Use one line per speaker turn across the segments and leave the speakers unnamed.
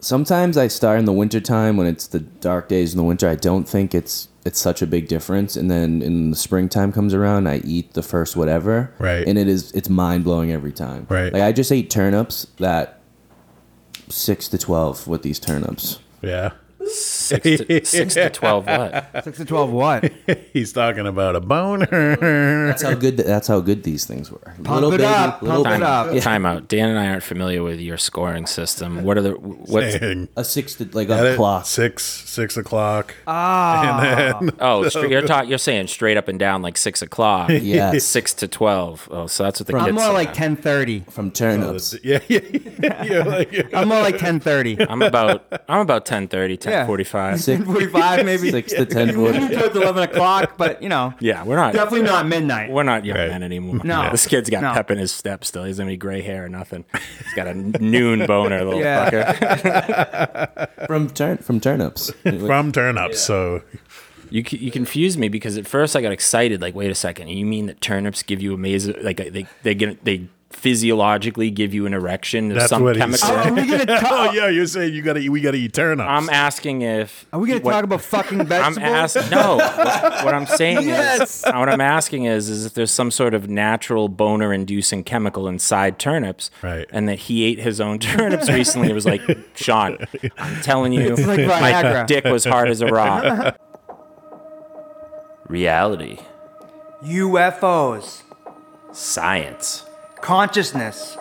Sometimes I start in the wintertime when it's the dark days in the winter. I don't think it's it's such a big difference. And then in the springtime comes around, I eat the first whatever.
Right.
And it is it's mind blowing every time.
Right.
Like I just ate turnips that six to twelve with these turnips.
Yeah.
Six to, six to 12 what?
Six to twelve. What?
He's talking about a boner.
That's how good that's how good these things were.
Pump it up, pump it
baby-
up.
Yeah.
Uh, Time out. Dan and I aren't familiar with your scoring system. What are the what?
Dang.
A six to like
At
a
it,
clock.
Six six o'clock.
Uh,
Oh, stra- you're talking. You're saying straight up and down like six o'clock.
Yeah.
six to twelve. Oh, so that's what the
I'm
kids.
more
say.
like ten thirty.
From turnips.
yeah, yeah, yeah. You're like-
I'm more like ten thirty.
I'm about I'm about 10:30, 10:45.
Six,
Forty-five, maybe.
six to ten forty.
Towards eleven o'clock, but you know,
Yeah, we're not
definitely not midnight.
we're not young
Right.
men anymore.
No.
this kid's got
No.
pep in his step still. He doesn't have any gray hair or nothing. He's got a noon boner, little
Yeah.
fucker.
From turn from turnips.
From turnips. So
You c- you confused me because at first I got excited. Like, wait a second, you mean that turnips give you amazing? Like uh, they they get they physiologically give you an erection? There's
That's
some
what he
chemical.
said.
Are we gonna
Oh
talk?
yeah, you're saying you gotta eat- we gotta eat turnips.
I'm asking if
Are we gonna
what-
talk about fucking
I'm
vegetables?
asking. No, what, what I'm saying
Yes.
is, what I'm asking is, is if there's some sort of natural boner-inducing chemical inside turnips,
Right.
And that he ate his own turnips recently. It was like, Sean, I'm telling you,
like
my
Viagra.
dick was hard as a rock. Reality,
UFOs,
science,
consciousness.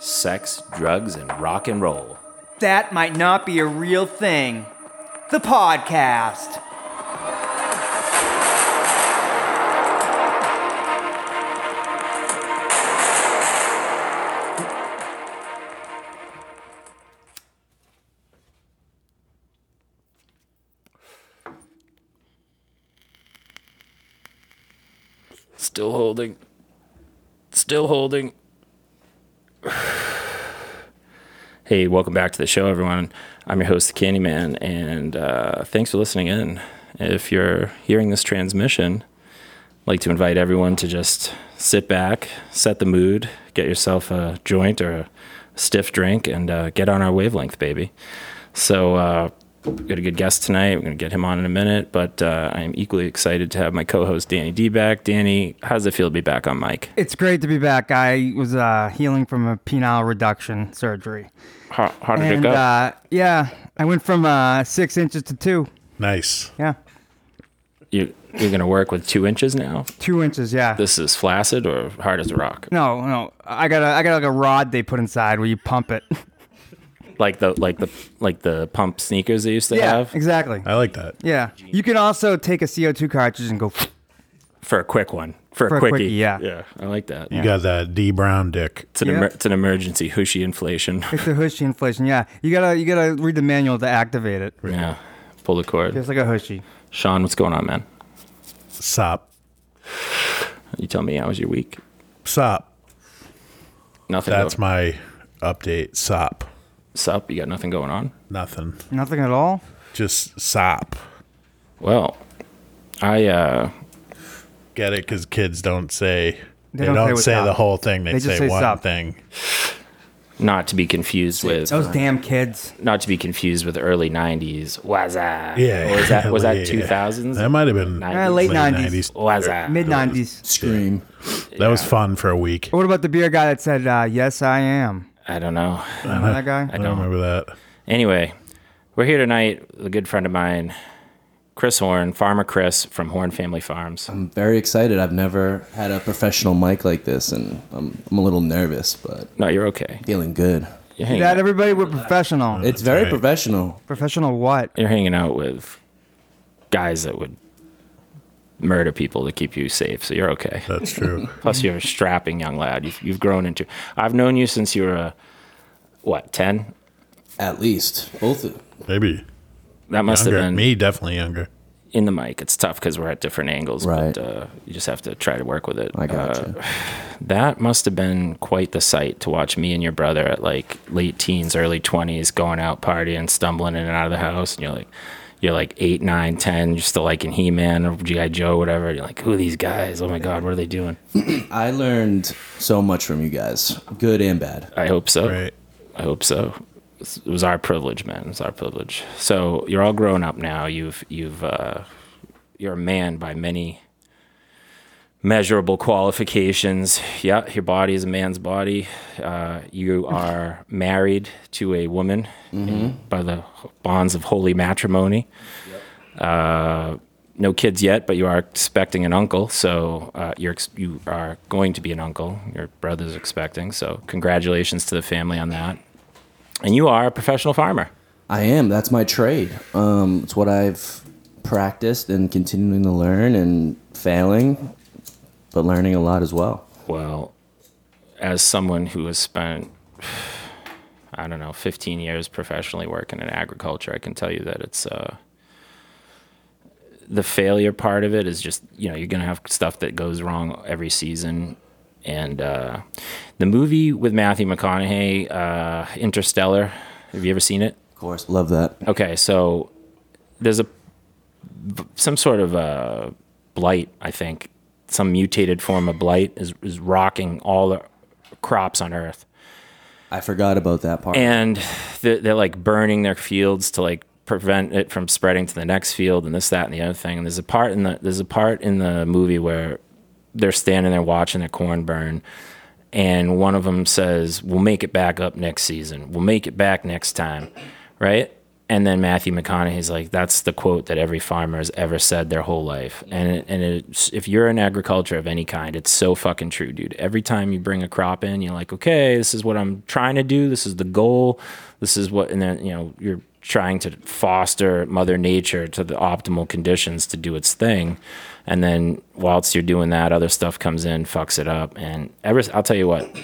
sex, drugs, and rock and roll.
That might not be a real thing. The podcast.
Still holding. Still holding. hey, welcome back to the show, everyone. I'm your host, the Candyman, and uh, thanks for listening in. If you're hearing this transmission, I'd like to invite everyone to just sit back, set the mood, get yourself a joint or a stiff drink, and uh, get on our wavelength, baby. So, uh, we got a good guest tonight. We're going to get him on in a minute, but uh, I am equally excited to have my co host, Danny D, back. Danny, how does it feel to be back on mic?
It's great to be back. I was uh, healing from a penile reduction surgery.
How, how did it
and
go?
uh, yeah, I went from uh, six inches to two.
nice.
Yeah,
you, you're going to work with two inches now?
two inches. Yeah.
This is flaccid or hard as a rock?
no, no. I got a, I got like a rod they put inside where you pump it.
Like the like the like the pump sneakers they used to
yeah,
have Oh.
exactly.
I like that.
Yeah. You can also take a CO2 cartridge and go.
for a quick one for,
For
a
a
quickie.
quickie, yeah.
yeah, I like that.
You got that D Brown dick.
It's an
Yeah.
emer- it's an emergency hooshy inflation.
It's a hushy inflation. Yeah, you gotta you gotta read the manual to activate it.
yeah, pull the cord.
Just like a hushy.
Sean, what's going on, man?
Sop.
You tell me how was your week?
Sop.
Nothing.
That's
go-
my update. Sop.
sup. You got nothing going on.
Nothing.
Nothing at all.
Just sop.
Well, I uh,
Get it? Because kids don't say they,
don't
don't,
say what's
say,
up.
the whole thing. They,
They
say,
just say
one
sup.
thing.
not to be confused with
Those damn kids.
not to be confused with early '90s. Was that?
Yeah.
Or was that was that
Yeah.
2000s?
That might have been
Nineties?
Eh, late nineties,
Was that?
mid nineties.
Scream.
That was fun for a week.
What about the beer guy that said, uh, "Yes, I am"?
I don't know.
Remember that guy?
I don't remember that.
Anyway, We're here tonight with a good friend of mine, Chris Horn, Farmer Chris from Horn Family Farms.
Um,
I'm very excited. I've never had a professional mic like this, and I'm, I'm a little nervous, but
No, you're okay.
feeling good.
You're hanging,
That everybody we're professional.
It's very
right.
professional.
professional what?
you're hanging out with guys that would murder people to keep you safe, so you're okay.
That's true.
Plus, you're a strapping young lad. You've, you've grown into. I've known you since you were a what ten?
At least both. of-
Maybe
That must have
younger.
been
Me definitely younger.
in the mic. It's tough because we're at different angles,
Right.
but uh, you just have to try to work with it.
I gotcha.
Uh, that must have been quite the sight to watch me and your brother at like late teens, early twenties, going out partying, stumbling in and out of the house, and you're like. You're like eight, nine, ten. You're still liking He-Man or GI Joe, whatever. You're like, who are these guys? Oh my God, what are they doing?
I learned so much from you guys, good and bad.
I hope so.
Right.
I hope so. It was our privilege, man. It was our privilege. So you're all grown up now. You've you've uh, you're a man by many measurable qualifications. Yeah, your body is a man's body. Uh, you are married to a woman in- by the bonds of holy matrimony. Uh, no kids yet, but you are expecting an uncle. So uh, you're ex- you are going to be an uncle. Your brother's expecting. So congratulations to the family on that. And you are a professional farmer.
I am. That's my trade. Um, it's what I've practiced and continuing to learn and failing, but learning a lot as well.
Well, as someone who has spent, I don't know, 15 years professionally working in agriculture, I can tell you that it's uh, the failure part of it is just, you know, you're going to have stuff that goes wrong every season. And uh, the movie with Matthew McConaughey, uh, Interstellar, have you ever seen it?
Of course, love that.
Okay, so there's a some sort of uh blight, I think, some mutated form of blight is is rocking all the crops on Earth,
I forgot about that part.
and they're, they're like burning their fields to like prevent it from spreading to the next field and this that and the other thing. And there's a part in the there's a part in the movie where they're standing there watching their corn burn. And one of them says, "We'll make it back up next season. We'll make it back next time." right? And then Matthew McConaughey's like, that's the quote that every farmer has ever said their whole life. And it, and it's, if you're in agriculture of any kind, it's so fucking true, dude. Every time you bring a crop in, you're like, okay, this is what I'm trying to do. This is the goal. This is what, and then you know you're trying to foster Mother Nature to the optimal conditions to do its thing. And then whilst you're doing that, other stuff comes in, fucks it up. And ever, I'll tell you what,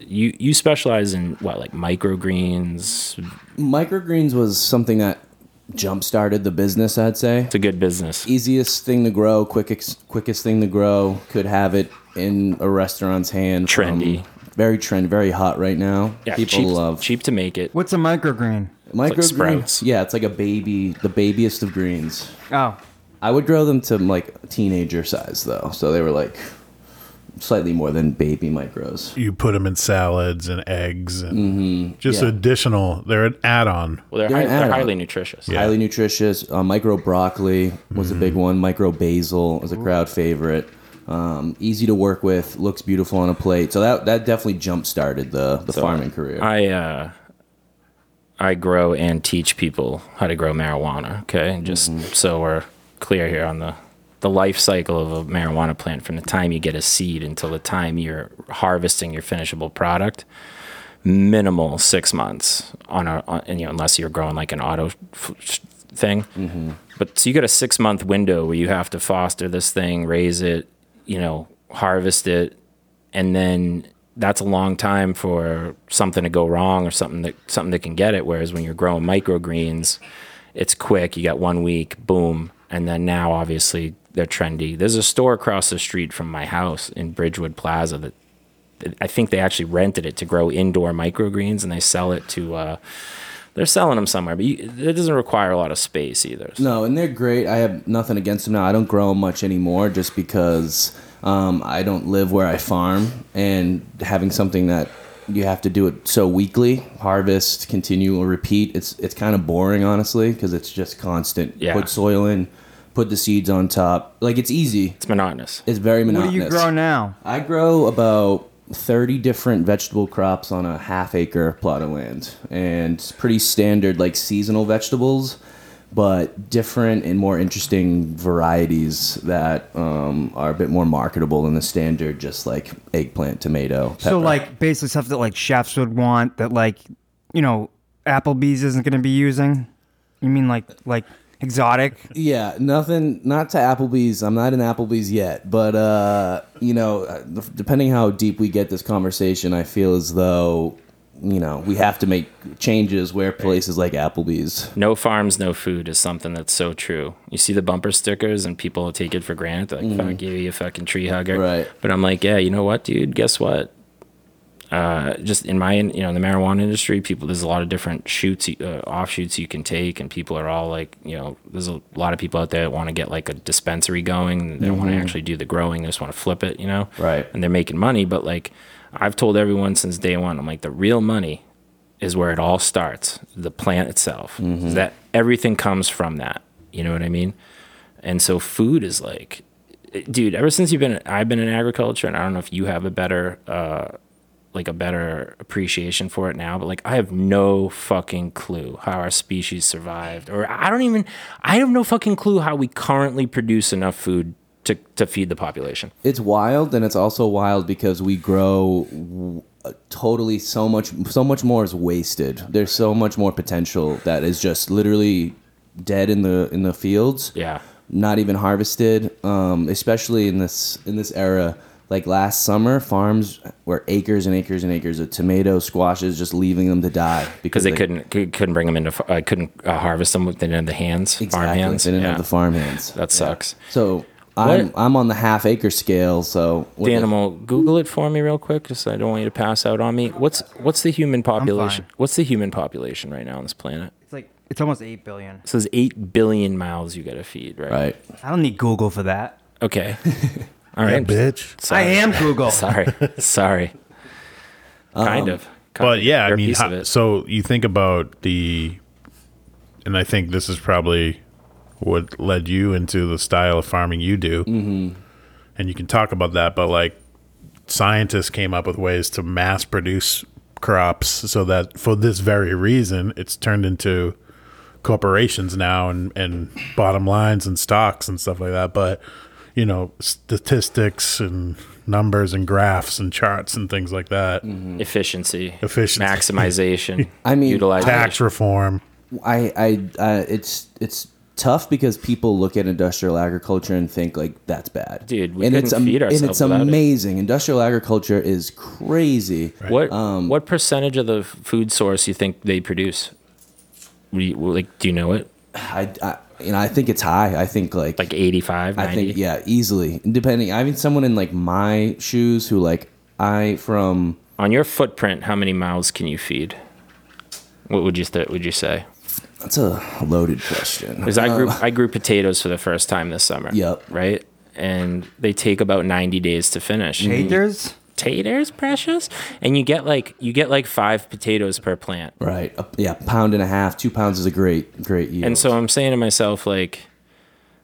you you specialize in what like microgreens.
Microgreens was something that jump started the business, I'd say.
It's a good business.
Easiest thing to grow, quickest quickest thing to grow, could have it in a restaurant's hand. from-
Trendy.
very trend, very hot right now.
Yeah,
People
cheap,
love
cheap to make it.
What's a microgreen?
microgreens.
sprouts.
Yeah, it's like a baby, the babiest of greens.
Oh,
I would grow them to like teenager size though, so they were like slightly more than baby micros.
You put them in salads and eggs and just
yeah.
additional. They're an add-on.
Mm-hmm. Well, they're,
They're
hi-
an
they're
add-on.
highly nutritious.
Yeah.
Highly nutritious. Uh, micro broccoli was a big one. Micro basil is a crowd favorite. Um, easy to work with. Looks beautiful on a plate. So that that definitely jump started the the farming career.
I uh, I grow and teach people how to grow marijuana. Okay, And just so we're clear here on the the life cycle of a marijuana plant from the time you get a seed until the time you're harvesting your finishable product. Minimal six months on a on, and, you know unless you're growing like an auto f- sh- thing. But so you got a six month window where you have to foster this thing, raise it, you know, harvest it, and then that's a long time for something to go wrong or something that something that can get it. Whereas when you're growing microgreens, it's quick. You got one week, boom, and then now obviously they're trendy. There's a store across the street from my house in Bridgewood Plaza that that I think they actually rented it to grow indoor microgreens, and they sell it to. Uh, they're selling them somewhere, but you, it doesn't require a lot of space either.
No, and they're great. I have nothing against them now. I don't grow 'em much anymore just because um, I don't live where I farm, and having something that you have to do it so weekly, harvest, continue, or repeat. It's it's kind of boring, honestly, because it's just constant.
Yeah.
Put soil in, put the seeds on top. Like it's easy.
It's monotonous.
It's very
what
monotonous.
do you grow now?
I grow about 30 different vegetable crops on a half acre plot of land and it's pretty standard like seasonal vegetables but different and more interesting varieties that um, are a bit more marketable than the standard just like eggplant tomato
So
pepper.
like basically stuff that like chefs would want that like you know Applebee's isn't going to be using. You mean like like exotic?
Yeah, nothing. Not to Applebee's. I'm not in Applebee's yet, but uh, you know, uh, depending how deep we get this conversation, I feel as though you know we have to make changes where places like Applebee's.
No farms, no food is something that's so true. You see the bumper stickers and people take it for granted. They're like, fuck you, you fucking tree hugger.
Right.
But I'm like, yeah, you know what, dude? Guess what? Uh, just in my, you know, in the marijuana industry, people, there's a lot of different shoots, uh, offshoots you can take, and people are all like, you know, there's a lot of people out there that want to get like a dispensary going. They don't want to actually do the growing, they just want to flip it, you know?
Right.
And they're making money. But like, I've told everyone since day one, I'm like, the real money is where it all starts the plant itself Is that everything comes from that you know what i mean and so food is like dude ever since you've been i've been in agriculture and i don't know if you have a better uh like a better appreciation for it now but like i have no fucking clue how our species survived or i don't even i have no fucking clue how we currently produce enough food to, to feed the population
It's wild, and it's also wild because we grow w- uh, totally so much. So much more is wasted. There's so much more potential that is just literally dead in the in the fields.
yeah
not even harvested. Um, especially in this in this era, like last summer, farms were acres and acres and acres of tomatoes, squashes, just leaving them to die
because they, couldn't couldn't bring them into i couldn't uh, harvest them they didn't have the hands farm
exactly,
hands
They didn't
Yeah.
have the farm hands.
That sucks.
So I'm I'm on the half acre scale. So what
The animal, Google it for me real quick, just so I don't want you to pass out on me. What's what's the human population?
fine.
What's the human population right now on this planet?
It's like it's almost eight billion.
So there's eight billion mouths you gotta feed, right?
Right.
I don't need Google for that.
Okay. All right.
bitch.
Sorry.
I am Google.
Sorry. Sorry.
Um,
kind of. Kind
But
of.
yeah,
You're
I
a
mean,
piece
ho-
of it.
so you think about the, and I think this is probably what led you into the style of farming you do, mm-hmm. and you can talk about that. But like, scientists came up with ways to mass produce crops so that for this very reason, it's turned into corporations now and and bottom lines and stocks and stuff like that. But you know, statistics and numbers and graphs and charts and things like that.
Mm-hmm. efficiency,
Efficiency.
maximization.
Mm. I mean,
utilization.
tax reform.
I, I, uh, it's, it's tough because people look at industrial agriculture and think like that's bad,
Dude, we
and it's
couldn't feed
and
ourselves
it's
without it.
amazing. Industrial agriculture is crazy.
What
Um,
what percentage of the f- food source you think they produce? We, like, do you know it?
I, I, you know, I think it's high. I think like,
Like 85, 90?
I think yeah, easily. Depending, I mean, someone in like my shoes who like I from
on your footprint, how many mouths can you feed? What would you th- would you say?
that's a loaded question.
Because I grew I grew potatoes for the first time this summer.
Uh, Yep.
Right, and they take about ninety days to finish.
Haters.
Potatoes, precious, and you get like you get like five potatoes per plant.
Right, a, yeah, pound and a half, two pounds is a great, great yield.
And so I'm saying to myself, like,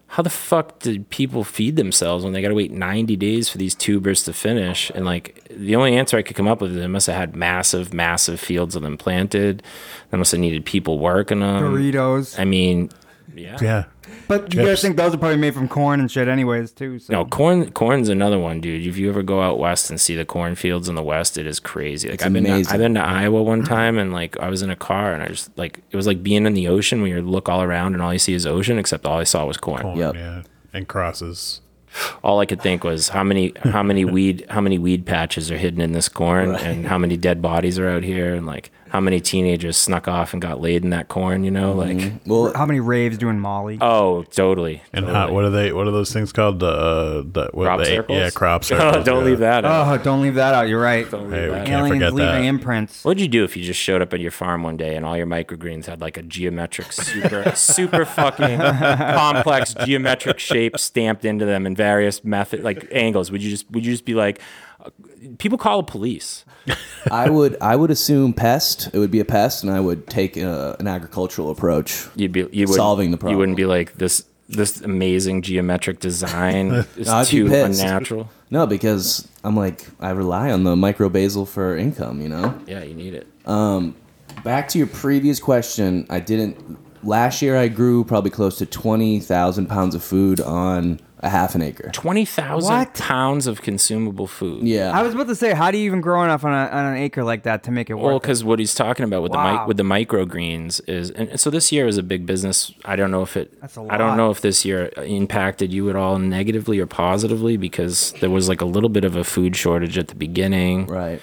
how the fuck did people feed themselves when they got to wait 90 days for these tubers to finish? And like, the only answer I could come up with is they must have had massive, massive fields of them planted. They must have needed people working them.
Burritos.
I mean, yeah.
Yeah.
But you guys
Chips.
think those are probably made from corn and shit, anyways, too. So.
No, corn. Corn's another one, dude. If you ever go out west and see the cornfields in the west, it is crazy. Like I've been, to,
amazing.
I've been to Iowa one time, and like I was in a car, and I just like it was like being in the ocean where you look all around and all you see is ocean, except all I saw was corn.
Yep.
Yeah. And crosses.
all I could think was how many how many weed how many weed patches are hidden in this corn and how many dead bodies are out here and like how many teenagers snuck off and got laid in that corn, you know,
Mm-hmm.
like
well,
How many raves doing Molly?
oh, totally.
And
totally.
how, what are they? What are those things called? The uh, the what
crop
they,
circles?
Yeah, crop circles.
Oh, don't
yeah.
leave that out.
Oh, don't leave that out. You're right.
Hey, we can't
Aliens
forget that.
leaving imprints.
What'd you do if you just showed up at your farm one day and all your microgreens had like a geometric, super, super fucking complex geometric shape stamped into them in various method, like angles? Would you just, would you just be like, uh, people call the police?
I would, I would assume pest. It would be a pest, and I would take uh, an agricultural approach.
you'd be you would,
Solving the problem.
You wouldn't be like this this amazing geometric design is
I'd be
too
pissed.
unnatural.
No, because I'm like I rely on the microbasal for income. You know.
Yeah, you need it.
Back to your previous question, I didn't. Last year, I grew probably close to twenty thousand pounds of food on a half an acre.
Twenty thousand
What?
pounds of consumable food.
Yeah,
I was about to say, how do you even grow enough on, a, on an acre like that to make it
Well,
work?
because what he's talking about with the
Wow.
mic with the microgreens is, and so this year is a big business. I don't know if it.
That's a
I don't
lot.
know if this year impacted you at all negatively or positively because there was like a little bit of a food shortage at the beginning.
right.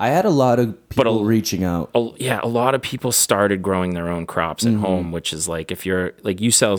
I had a lot of
But a-
people reaching out.
a, yeah, a lot of people started growing their own crops
Mm-hmm.
at home, which is like if you're like you sell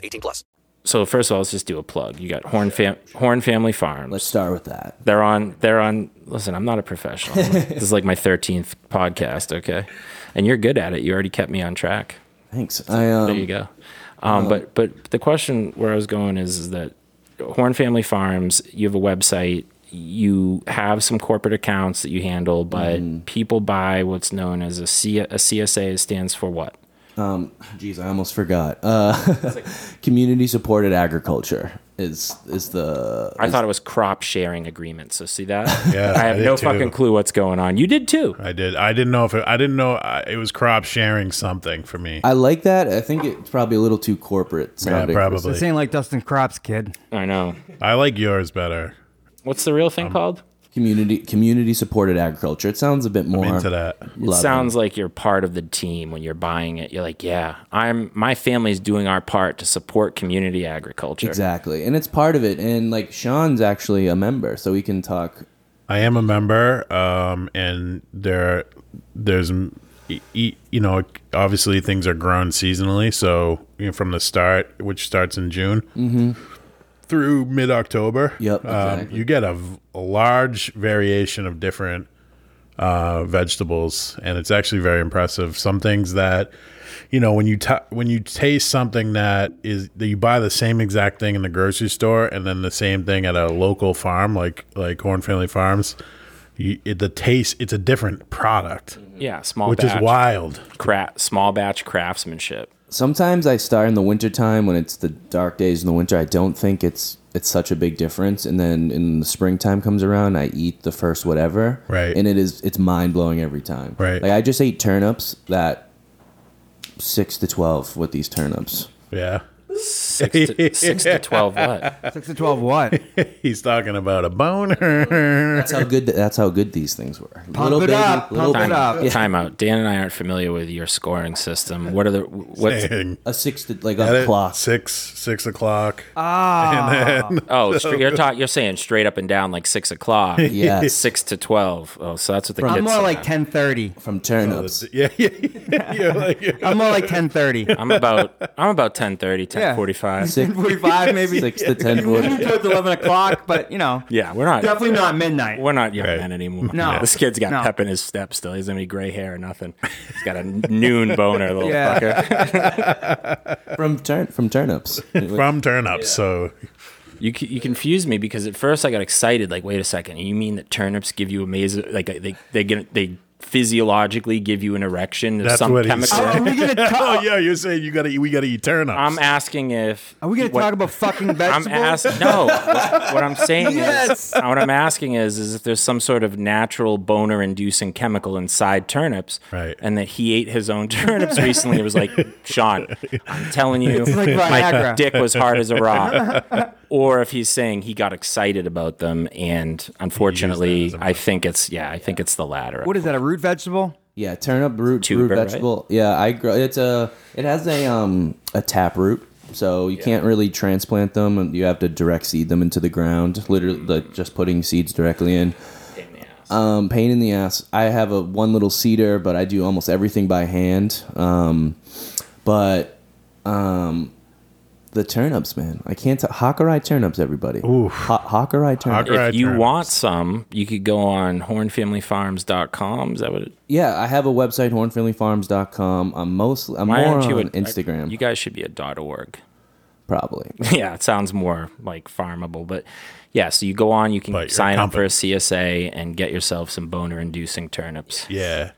18 plus.
so first of all, let's just do a plug. You got Horn Fam- Horn Family Farms.
Let's start with that.
they're on they're on listen, I'm not a professional. this is like my 13th podcast, okay? And you're good at it. You already kept me on track.
Thanks. I um,
There you go. Um, but but the question where I was going is, is that Horn Family Farms, you have a website, you have some corporate accounts that you handle, but
Mm-hmm.
people buy what's known as a, C- a CSA stands for what?
Jeez, I almost forgot. Uh, community supported agriculture is is the
I thought it was crop sharing agreement. So see that?
Yeah,
I have
I did
no
too.
fucking clue what's going on. You did too.
I did. I didn't know if it, I didn't know I, it was crop sharing something for me.
I like that. I think it's probably a little too corporate
yeah,
sounding.
probably.
this ain't like Dustin Crops, kid.
I know.
I like yours better.
What's the real thing called?
Community community supported agriculture. It sounds a bit more
Into that.
It
loving.
sounds like you're part of the team when you're buying it. You're like, yeah, I'm. My family's doing our part to support community agriculture.
Exactly. And it's part of it. And like Sean's actually a member, so we can talk.
I am a member, um, and there, there's, m- e- e- you know, obviously things are grown seasonally. So you know, from the start, which starts in June through mid October,
Mm-hmm. Yep,
um,
exactly.
you get a, v- a large variation of different uh, vegetables, and it's actually very impressive. Some things that, you know, when you ta when you taste something that is that you buy the same exact thing in the grocery store, and then the same thing at a local farm like like Horn Family Farms, you, it, the taste it's a different product,
Yeah, small
which
batch.
is wild.
cra- small batch craftsmanship.
Sometimes I start in the wintertime when it's the dark days in the winter. I don't think it's it's such a big difference. And then in the springtime comes around, I eat the first whatever.
Right.
And it is it's mind blowing every time.
Right.
Like I just ate turnips that six to twelve with these turnips.
Yeah,
Six to, six to twelve. What?
Six to twelve, what?
he's talking about a boner.
That's how good that's how good these things were. Pump
it up, pump it up.
Timeout. Dan and I aren't familiar with your scoring system. What are the what's
Dang.
A six to like
At
a
it,
clock.
six six o'clock.
Oh, stra- you're ta- you're saying straight up and down like six o'clock.
Yes.
six to twelve. Oh, so that's what the
I'm
kids.
more
say.
like ten thirty.
From turnips.
Yeah, yeah, yeah. You're like-
I'm more like ten thirty.
I'm about I'm about 10:30, 10:45.
Six,
Forty-five, maybe.
six to ten wood.
Towards eleven o'clock, but you know,
Yeah, we're not
definitely not midnight.
We're not young
Right.
men anymore.
No.
this kid's got
No.
pep in his step still. He doesn't have any gray hair or nothing. He's got a noon boner, little
Yeah.
fucker.
From turn from turnips.
from turnips. So
You c- you confused me because at first I got excited. Like, wait a second, you mean that turnips give you amazing? Like they they get they physiologically give you an erection of
That's
some
what he
chemical.
said.
Are we gonna
Oh
talk?
yeah, you're saying you gotta eat- we gotta eat turnips.
I'm asking if
Are we gonna
what-
talk about fucking
I'm
vegetables?
asking. No, what, what I'm saying
Yes.
is, what I'm asking is, is if there's some sort of natural boner-inducing chemical inside turnips,
Right.
And that he ate his own turnips recently. It was like, Sean, I'm telling you,
like
my
Viagra.
dick was hard as a rock. or if he's saying he got excited about them, and unfortunately, I think it's yeah, I think it's the latter.
What is that? A root vegetable?
Yeah, turnip root, root
Tuber, right?
vegetable. Yeah, I grow. It's a. It has a um a tap root, so you can't really transplant them, and you have to direct seed them into the ground. Literally, like just putting seeds directly in. Um, pain in the ass. I have a one little cedar, but I do almost everything by hand. Um, but um, the turnips, man. I can't. T- Hakurai turnips, everybody. Ooh, ha- Hakurai turnips.
Hakurai-
if you
turnips.
want some, you could go on hornfamilyfarms.com. Is that what? It,
Yeah, I have a website, hornfriendlyfarms.com. I'm mostly. I'm
why
more
aren't you
on
a-
Instagram.
You guys should be a dot org.
probably.
yeah, it sounds more like farmable, but yeah, so you go on, you can
But you're
sign up for a
competent.
CSA and get yourself some boner inducing turnips.
yeah.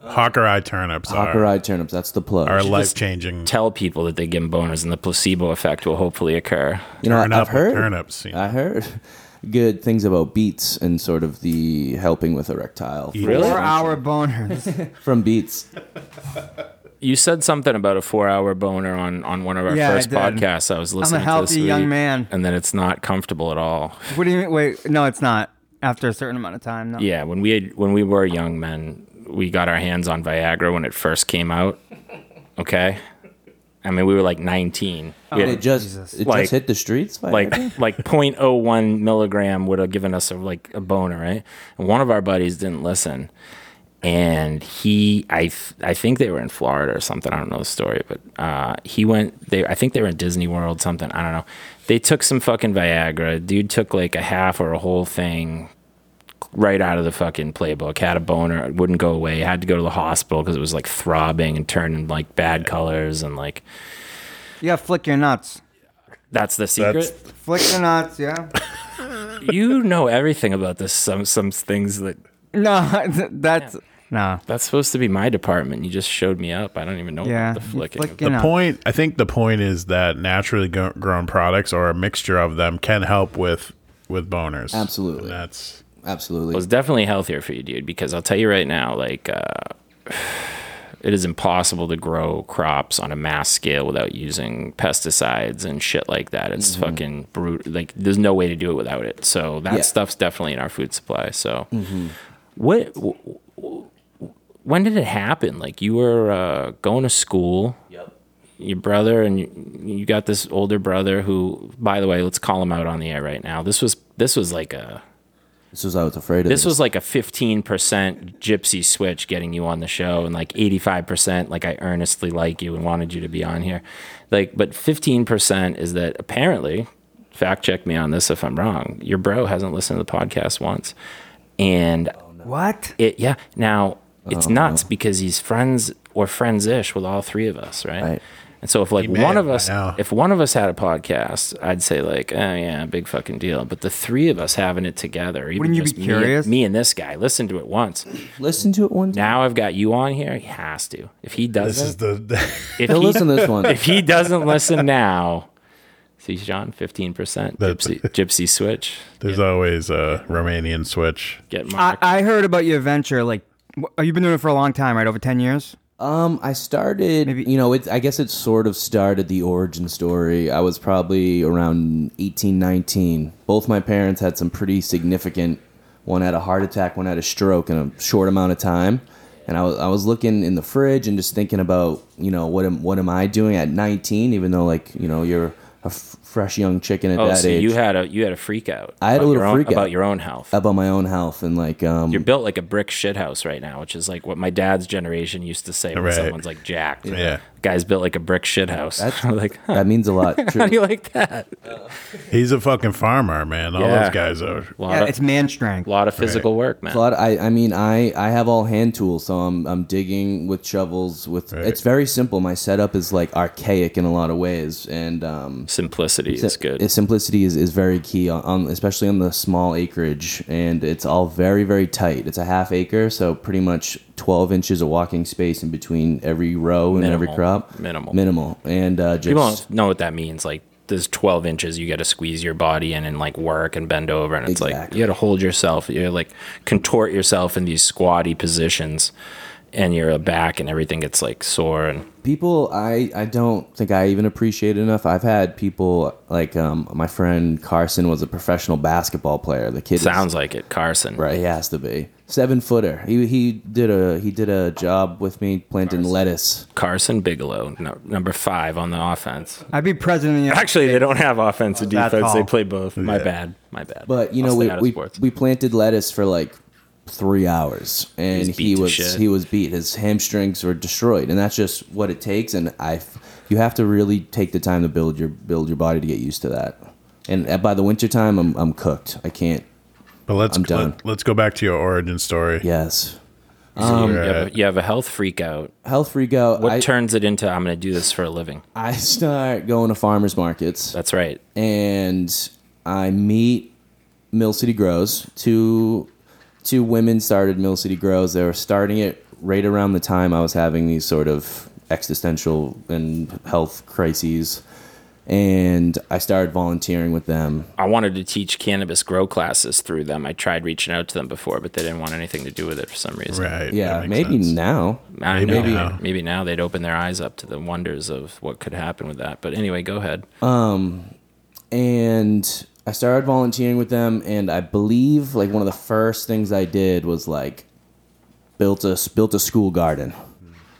Hawker eye turnips
Hawker
are,
eye turnips. That's the plug.
are life changing.
Tell people that they give 'em boners and the placebo effect will hopefully occur.
you know,
Turn
I've
up with
heard.
turnips, you know.
I heard good things about beets and sort of the helping with erectile
Really?
Four hour boner.
from beets.
You said something about a four hour boner on, on one of our
Yeah, I
first
did.
podcasts I was listening to this
healthy young
week,
man.
And then it's not comfortable at all.
what do you mean? Wait, no, it's not. After a certain amount of time, no.
Yeah, when we had, when we were young men, we got our hands on Viagra when it first came out. Okay. I mean, we were like 19. We
Oh,
had-
It just it
Like-
just hit the streets. by accident?
like like 0.01 milligram would have given us a, like a boner, right? And one of our buddies didn't listen, and he I th- I think they were in Florida or something. I don't know the story, but uh, he went. They I think they were in Disney World something. I don't know. They took some fucking Viagra. Dude took like a half or a whole thing. Right out of the fucking playbook, had a boner, it wouldn't go away. Had to go to the hospital because it was like throbbing and turning like bad colors and like
Yeah, flick your nuts.
that's the secret.
That's-
Flick your nuts, yeah.
you know everything about this. Some some things that
No, th- that's no.
that's supposed to be my department. You just showed me up. I don't even know
Yeah,
about the
you
flicking.
flick
The
your nuts.
point, I think, the point is that naturally gro- grown products or a mixture of them can help with with boners.
Absolutely.
And that's
It
absolutely.
was definitely healthier for you, dude. Because I'll tell you right now, like uh, it is impossible to grow crops on a mass scale without using pesticides and shit like that. It's fucking brutal. Like there's no way to do it without it. So that
Mm-hmm. Yeah. Mm-hmm.
stuff's definitely in our food supply. So what? W- w- w- when did it happen? Like you were uh, going to school. your brother and you, you got this older brother who by the way let's call him out on the air right now this was this was like a
This was I was afraid of.
this was like a 15% gypsy switch getting you on the show and like 85% like i earnestly like you and wanted you to be on here like but 15% is that apparently fact check me on this if i'm wrong your bro hasn't listened to the podcast once and
What?
it yeah now
Oh,
it's nuts because he's friends or friends-ish with all three of us right,
Right.
and so if like
may
one
have
of
by
us
now.
if one of us had a podcast i'd say like oh yeah big fucking deal but the three of us having it together even
Wouldn't you be
just me-
curious?
me and this guy listened to it once
Listen to it one time.
now i've got you on here he has to if he
this is
doesn't
the
if
Now
he,
listen to this one.
if he doesn't listen now see john 15%
That's-
gypsy, gypsy switch
there's always a Romanian switch.
get
I,
marked
I heard about your venture. Like, wh- oh, you've been doing it for a long time, right? Over ten years.
Um, I started. You know, it. I guess it sort of started the origin story. I was probably around eighteen, nineteen. Both my parents had some pretty significant. One had a heart attack. One had a stroke in a short amount of time. And I was, I was looking in the fridge and just thinking about, you know, what am what am I doing at nineteen? Even though, like, you know, you're a f- fresh young chicken at
oh
that
so
age.
you had a you had a freak out
I had a
about
little
your own-
freak out.
about your own health
about my own health and like, um,
You're built like a brick shithouse right now, which is like what my dad's generation used to say when
Right.
someone's like jacked.
Yeah.
Like, guy's built like a brick shit house.
That's-
I'm like, huh,
That means a lot.
how
True.
do you like that?
He's a fucking farmer, man. All
Yeah.
those guys are.
A lot,
Yeah,
of,
it's man strength.
lot of physical work, man.
a lot. I, I mean, I, I have all hand tools, so I'm, I'm digging with shovels. With it's very simple. My setup is like archaic in a lot of ways, and um,
Simplicity is good.
Its simplicity is, is very key, on, on especially on the small acreage, and it's all very very tight. It's a half acre, so pretty much twelve inches of walking space in between every row and every
Minimal.
crop.
Minimal.
minimal, and uh, just
People don't know what that means. Like there's 12 inches you got to squeeze your body in and like work and bend over, and it's like
Exactly.
you got to hold yourself. You like contort yourself in these squatty positions, and your back and everything gets like sore. And
people I, I don't think I even appreciate enough. I've had people like um, my friend Carson was a professional basketball player. The kid is-
sounds like it, Carson.
right. He has to be seven footer. He he did a he did a job with me planting lettuce.
Carson Bigelow, no, number five on the offense.
I'd be president. Of the United-
Actually, they don't have offense and
That
defense. They
tall.
play both. My bad. My bad.
But you
I'll
know
stay
we
out of
we,
sports.
we planted lettuce for like three hours and
was beat
he
to
was
shit.
he was beat. His hamstrings were destroyed, and that's just what it takes. And I you have to really take the time to build your build your body to get used to that. And uh, by the wintertime, I'm I'm cooked. I can't.
But let's
I'm done.
Let, us go back to your origin story.
Yes.
So Um, you,
You're
have
at-
a, you have a health freak out.
health freak out.
What
I,
turns it into I'm going to do this for a living?
I start going to farmers markets,
That's right.
and I meet Mill City Grows. Two two women started Mill City Grows. They were starting it right around the time I was having these sort of existential and health crises, and I started volunteering with them.
I wanted to teach cannabis grow classes through them. I tried reaching out to them before, but they didn't want anything to do with it for some reason.
Right.
Yeah,
that makes
maybe
sense.
now.
I don't
Maybe
know.
now.
Maybe now they'd open their eyes up to the wonders of what could happen with that. But anyway, go ahead.
and I started volunteering with them. And I believe like one of the first things I did was like built a built a school garden,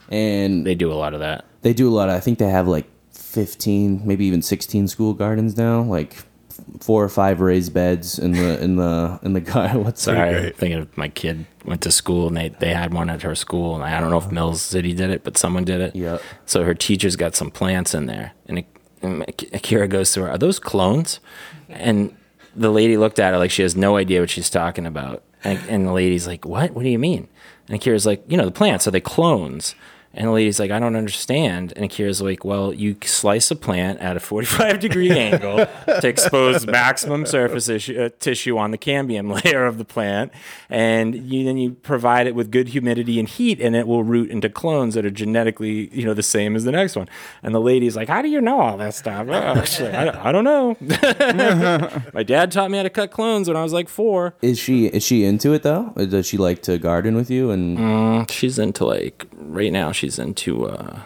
and
They
they,
do a lot of that.
they do a lot. I think they have like fifteen, maybe even sixteen school gardens now. Like four or five raised beds in the in the in the garden. What's that?
Sorry, I'm
great.
thinking of my kid went to school and they, they had one at her school. And I don't know if Mills City did it, but someone did it.
Yeah.
So her teacher's got some plants in there. And, and Akira goes to her, Are those clones? And the lady looked at her like she has no idea what she's talking about. And, and the lady's like, What? What do you mean? And Akira's like, You know, the plants, are they clones? And the lady's like, I don't understand. And Akira's like, Well, you slice a plant at a 45 degree angle to expose maximum surface issue, uh, tissue on the cambium layer of the plant. And you, then you provide it with good humidity and heat, and it will root into clones that are genetically, you know, the same as the next one. And the lady's like, How do you know all that stuff? Oh, she's like, I, don't- I don't know. My dad taught me how to cut clones when I was like four.
Is she is she into it though? Or Does she like to garden with you? And
Mm. she's into like right now she's into uh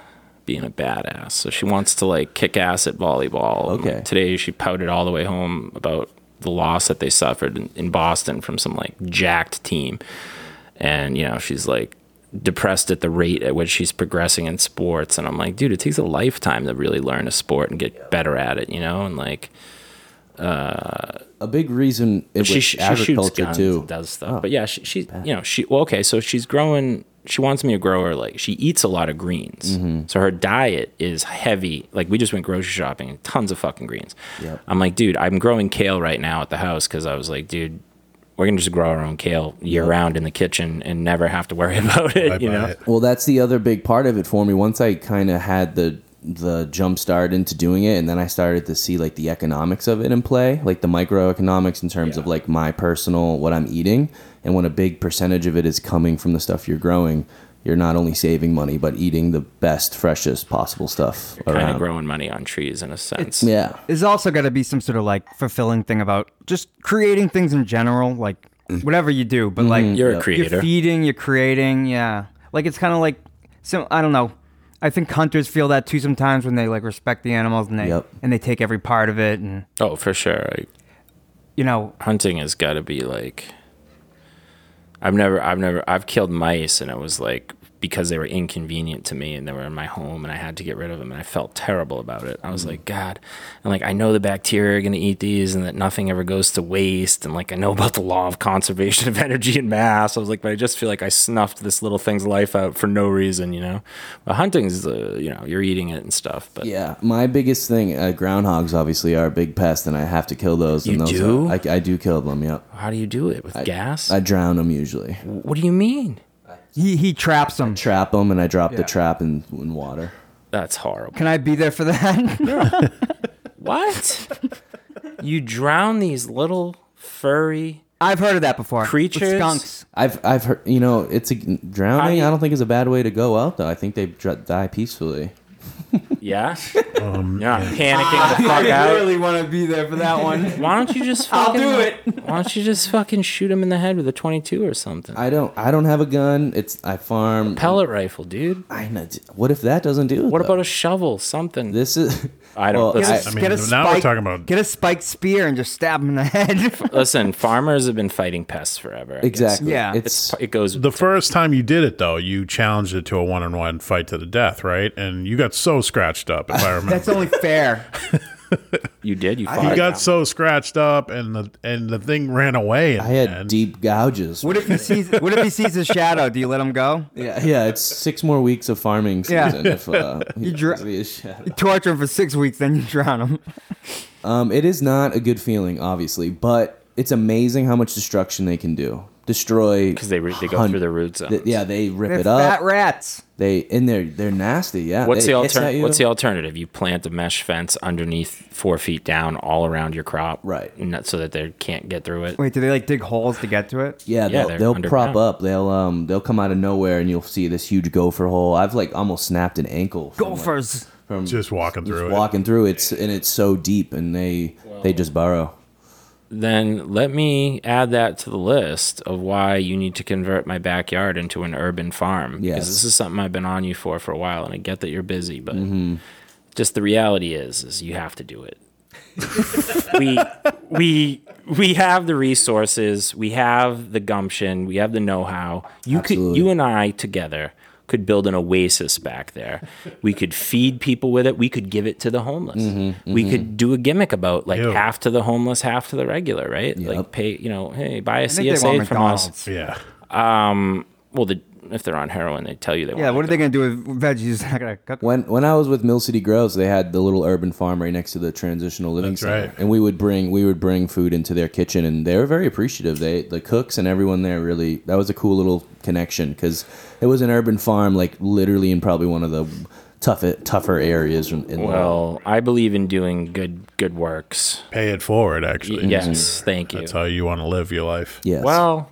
being a badass so she wants to like kick ass at volleyball And
Okay.
today she pouted all the way home about the loss that they suffered in, in boston from some like jacked team and you know she's like depressed at the rate at which she's progressing in sports and i'm like dude it takes a lifetime to really learn a sport and get better at it you know and like
a big reason it was
she, sh- she shoots
agriculture
guns
too. Oh.
and does stuff but yeah she, she you know she well okay so she's growing she wants me a grower like she eats a lot of greens
Mm-hmm.
so her diet is heavy like we just went grocery shopping and tons of fucking greens i'm like dude i'm growing kale right now at the house because i was like dude we're gonna just grow our own kale year round in the kitchen and never have to worry about it
I
you
buy
know
it.
Well, that's the other big part of it for me. Once I kind of had the the jump start into doing it, and then I started to see like the economics of it in play, like the microeconomics in terms of like my personal what I'm eating, and when a big percentage of it is coming from the stuff you're growing, you're not only saving money but eating the best, freshest possible stuff
kind of
around.
growing money on trees in a sense
yeah,
There's also got to be some sort of like fulfilling thing about just creating things in general, like whatever you do. But like
you're a creator
You're feeding, you're creating, yeah. Like it's kind of like so I don't know. I think hunters feel that too sometimes when they like respect the animals and they
Yep.
and they take every part of it and
oh for sure like,
you know
hunting has got to be like I've never I've never I've killed mice and it was like because they were inconvenient to me and they were in my home and I had to get rid of them and I felt terrible about it. I
Mm-hmm.
was like, God, and like I know the bacteria are going to eat these and that nothing ever goes to waste and like I know about the law of conservation of energy and mass. I was like, but I just feel like I snuffed this little thing's life out for no reason, you know. But hunting's the you know you're eating it and stuff, but
Yeah, my biggest thing. Uh, groundhogs obviously are a big pest, and I have to kill those.
You
and those
do?
Are, I, I do kill them. Yep.
how do you do it with gas?
I drown them usually.
what do you mean?
He he traps them.
Trap them, and I drop the trap in, in water.
That's horrible.
Can I be there for that?
What? you drown these little furry.
I've heard of that before. With
Creatures?
skunks.
I've I've heard you know it's a drowning.
I-
I, don't think is a bad way to go out though. I think they dr- die peacefully.
Yeah.
Um,
You're not panicking the fuck out.
want to be there for that one.
Why don't you just
I'll
fucking
do it.
Why don't you just fucking shoot him in the head with a 22 or something?
I don't I don't have a gun. It's I farm.
Pellet rifle, dude.
I know, what if that doesn't do it?
What
though?
about a shovel? Something.
this is?
I don't-
Well,
this
I-
is-
I mean, now we're talking about-
get a spiked spear and just stab him in the head.
Listen, farmers have been fighting pests forever. I guess.
exactly.
Yeah.
It's,
It goes.
The first time you did it, though, you challenged it to a one on one fight to the death, right? And you got so scratched up, if I remember.
That's only fair.
you did. You fought.
you
it.
got so scratched up, and the and the thing ran away.
I had deep gouges.
What if he sees? What if he sees a shadow? Do you let him go?
Yeah, yeah, it's six more weeks of farming
Yeah.
season. If, uh, you
dr- Torture him for six weeks, then you drown him.
um, it is not a good feeling, obviously, but it's amazing how much destruction they can do. Destroy
'Cause they re- they go
hun-
through the root zones.
th- yeah, they rip
They're
it up.
fat rats.
They and they're they're nasty. Yeah.
What's
they
the
hiss at
alternative?
you.
What's the alternative? You plant a mesh fence underneath, four feet down, all around your crop,
Right.
Not- so that they can't get through it.
Wait, do they like dig holes to get to it?
Yeah,
Yeah,
they'll,
they're
they'll prop
underground.
up. They'll um they'll come out of nowhere and you'll see this huge gopher hole. I've like almost snapped an ankle. From, like,
Gophers.
from
just walking
just
through it.
walking through it's and it's so deep and they they just burrow.
then let me add that to the list of why you need to convert my backyard into an urban farm.
Yes.
Because this is something I've been on you for for a while, and I get that you're busy, but just the reality is, is you have to do it. we we we have the resources, we have the gumption, we have the know-how. You could
Absolutely.
you and I together could build an oasis back there. We could feed people with it. We could give it to the homeless. We could do a gimmick about like
Ew.
half to the homeless, half to the regular, right? Like pay, you know, hey, buy a
I think they want
CSA from us.
McDonald's.
Yeah.
Well, the, if they're on heroin, they tell you they
Yeah,
want.
what are they gonna do with veggies? They're not gonna cook. them.
When when I was with Mill City Grows, they had the little urban farm right next to the transitional living
That's
center,
right.
and we would bring we would bring food into their kitchen, and they were very appreciative. They the cooks and everyone there really that was a cool little connection because it was an urban farm, like literally in probably one of the tough tougher areas. In, in the-
Well, I believe in doing good good works.
Pay it forward, actually.
Yes, thank you.
That's how you want to live your life.
yes.
Well,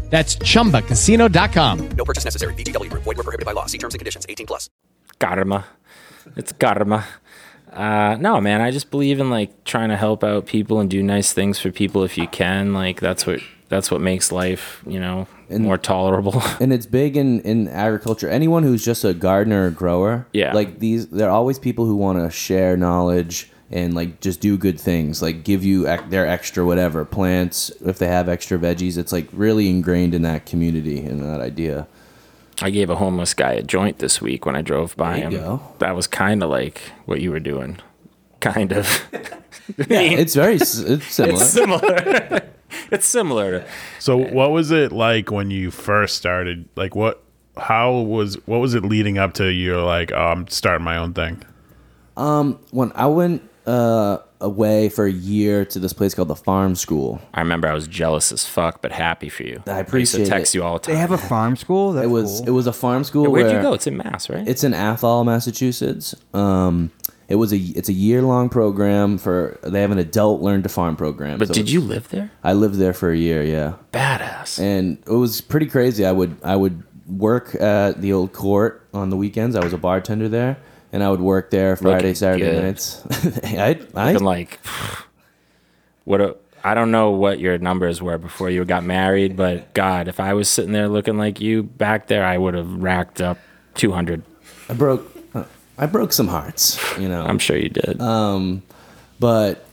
That's chumbacasino.com.
No purchase necessary. VGW Group. Void were prohibited by law. See terms and conditions. 18 plus.
karma. It's karma. Uh, no, man, I just believe in like trying to help out people and do nice things for people if you can. Like that's what that's what makes life, you know,
And-
more tolerable.
and it's big in in agriculture anyone who's just a gardener or grower
Yeah.
like these there are always people who want to share knowledge and like just do good things like give you ec- their extra whatever plants if they have extra veggies it's like really ingrained in that community and that idea
I gave a homeless guy a joint this week when I drove by
There
him.
you go.
That was kind of like what you were doing. Kind of.
it's very s- it's similar
it's similar. it's similar.
So what was it like when you first started? Like what how was what was it leading up to you're like, oh, I'm starting my own thing?
when i went uh away for a year to this place called the farm school
I remember I was jealous as fuck, but happy for you.
I
I
appreciate
used to text
it.
you all the time.
They have a farm school. That's
it was
cool.
it was a farm school
Where'd you
where-
go? It's in Mass, right?
It's in Athol, Massachusetts. Um, it was a it's a year long program for they have an adult learn to farm program.
but
So
did
it's-
you live there?
I lived there for a year, yeah,
Badass.
and it was pretty crazy. I would I would work at the old court on the weekends. I was a bartender there, and I would work there Friday,
Looking
Saturday
good.
nights. I I
and like what a I don't know what your numbers were before you got married, but God, if I was sitting there looking like you back there, I would have racked up 200.
I broke I broke some hearts, you know.
I'm sure you did.
Um, but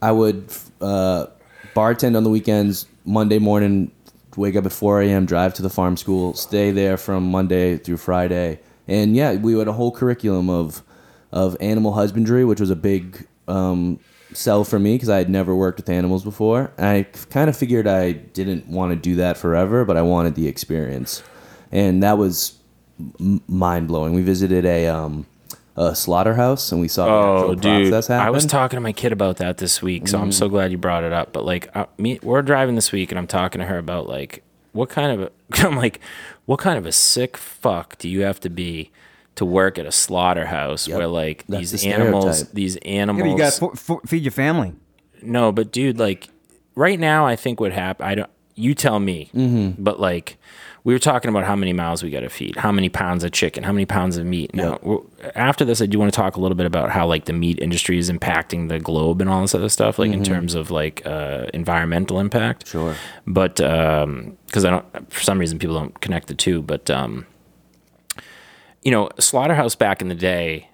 I would uh, bartend on the weekends. Monday morning, wake up at 4 a.m., drive to the farm school, stay there from Monday through Friday, and yeah, we had a whole curriculum of of animal husbandry, which was a big um, sell for me because I had never worked with animals before. I kind of figured I didn't want to do that forever, but I wanted the experience, and that was mind blowing. We visited a um, a slaughterhouse and we saw the
oh,
actual
dude.
process Mm-hmm. happen.
I was talking to my kid about that this week, so I'm so glad you brought it up. But like, uh, me, we're driving this week, and I'm talking to her about like, what kind of, a, I'm like, what kind of a sick fuck do you have to be to work at a slaughterhouse where like
That's
these
the
animals,
stereotype.
these
Yeah, but
animals,
you gotta fo- fo- feed your family.
No, but dude, like right now, I think what happened. I don't. You tell me. Mm-hmm. But like, we were talking about how many mouths we got to feed, how many pounds of chicken, how many pounds of meat. Now, w after this, I do want to talk a little bit about how like the meat industry is impacting the globe and all this other stuff, like in terms of like uh, environmental impact. Mm-hmm. Sure. But because I don't, for some reason, people don't connect the two. But um, you know, slaughterhouse back in the day,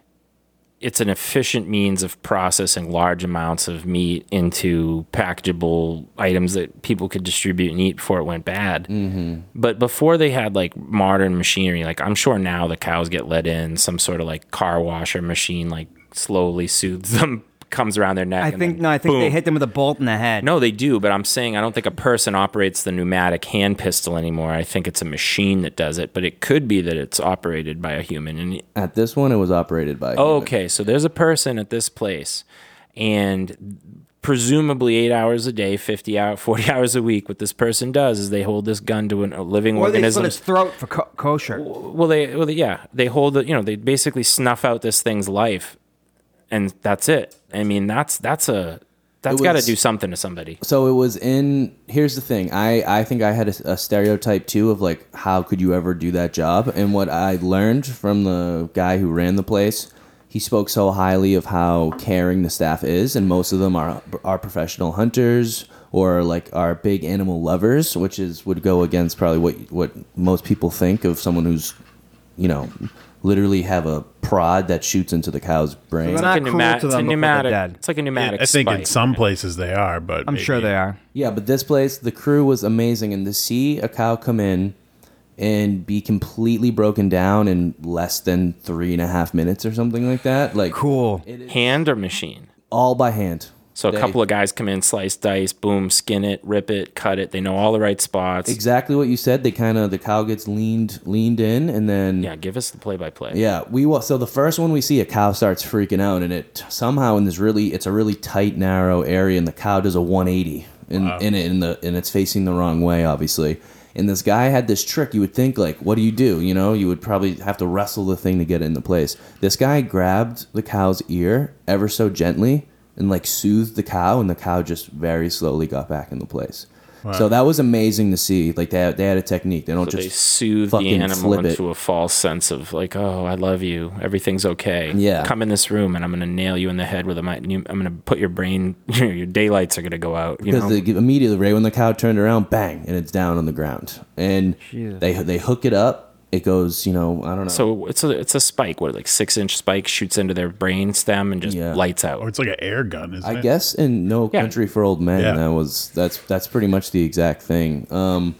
it's an efficient means of processing large amounts of meat into packageable items that people could distribute and eat before it went bad. Mm-hmm. But before they had like modern machinery, like I'm sure now the cows get let in, some sort of like car washer machine, like slowly soothes them, comes around their neck.
I
and
think
then
no. I think they
boom.
hit them with a bolt in the head.
No, they do, but I'm saying I don't think a person operates the pneumatic hand pistol anymore. I think it's a machine that does it, but it could be that it's operated by a human. And
At this one, it was operated by.
Oh, okay, so there's a person at this place, and presumably eight hours a day, fifty hour, forty hours a week. What this person does is they hold this gun to an, a living
Or they
organism.
slit his throat for co- kosher.
well, they, well, they, yeah, they hold it. You know, they basically snuff out this thing's life, and that's it. I mean, that's that's a that's got to
was-
do something to somebody.
So it was in. Here's the thing. I I think I had a, a stereotype too of like how could you ever do that job? And what I learned from the guy who ran the place, he spoke so highly of how caring the staff is, and most of them are are professional hunters or like are big animal lovers, which is would go against probably what what most people think of someone who's, you know, literally have a prod that shoots into the cow's brain.
They're not
Like a
cruel
pneuma-
to
it's a
them before they're
pneumatic.
dead.
It's like a pneumatic.
I think in
spike.
some places they are, but
I'm sure they are.
Yeah, but this place, the crew was amazing, and to see a cow come in and be completely broken down in less than three and a half minutes or something like that, like
Cool.
hand or machine.
all by hand.
So a
They-
couple of guys come in, slice, dice, boom, skin it, rip it, cut it. They know all the right spots.
exactly what you said. They kind of the cow gets leaned leaned in, and then
Yeah, give us the play by play.
Yeah, we wa- so the first one we see a cow starts freaking out, and it somehow in this really it's a really tight narrow area, and the cow does a 180 in in it in the and it's facing the wrong way, obviously. And this guy had this trick. You would think like, what do you do? You know, you would probably have to wrestle the thing to get it into place. This guy grabbed the cow's ear ever so gently and like soothed the cow, and the cow just very slowly got back into place. So that was amazing to see. Like they had, they had a technique. They don't
They
just
soothe the
fucking
animal
flip it.
into a false sense of like, oh, I love you, everything's okay.
Yeah.
come in this room and I'm gonna nail you in the head with a mi- I'm gonna put your brain, your daylights are gonna go out. You know,
because they, immediately right when the cow turned around, bang, and it's down on the ground. And they they hook it up. It goes, you know, I don't know.
so it's a it's a spike, what like six inch spike shoots into their brain stem and just
Yeah.
lights out.
Or it's like an air gun, isn't
I
it?
guess in No
Yeah.
Country for Old Men,
Yeah.
that was that's that's pretty much the exact thing. Um,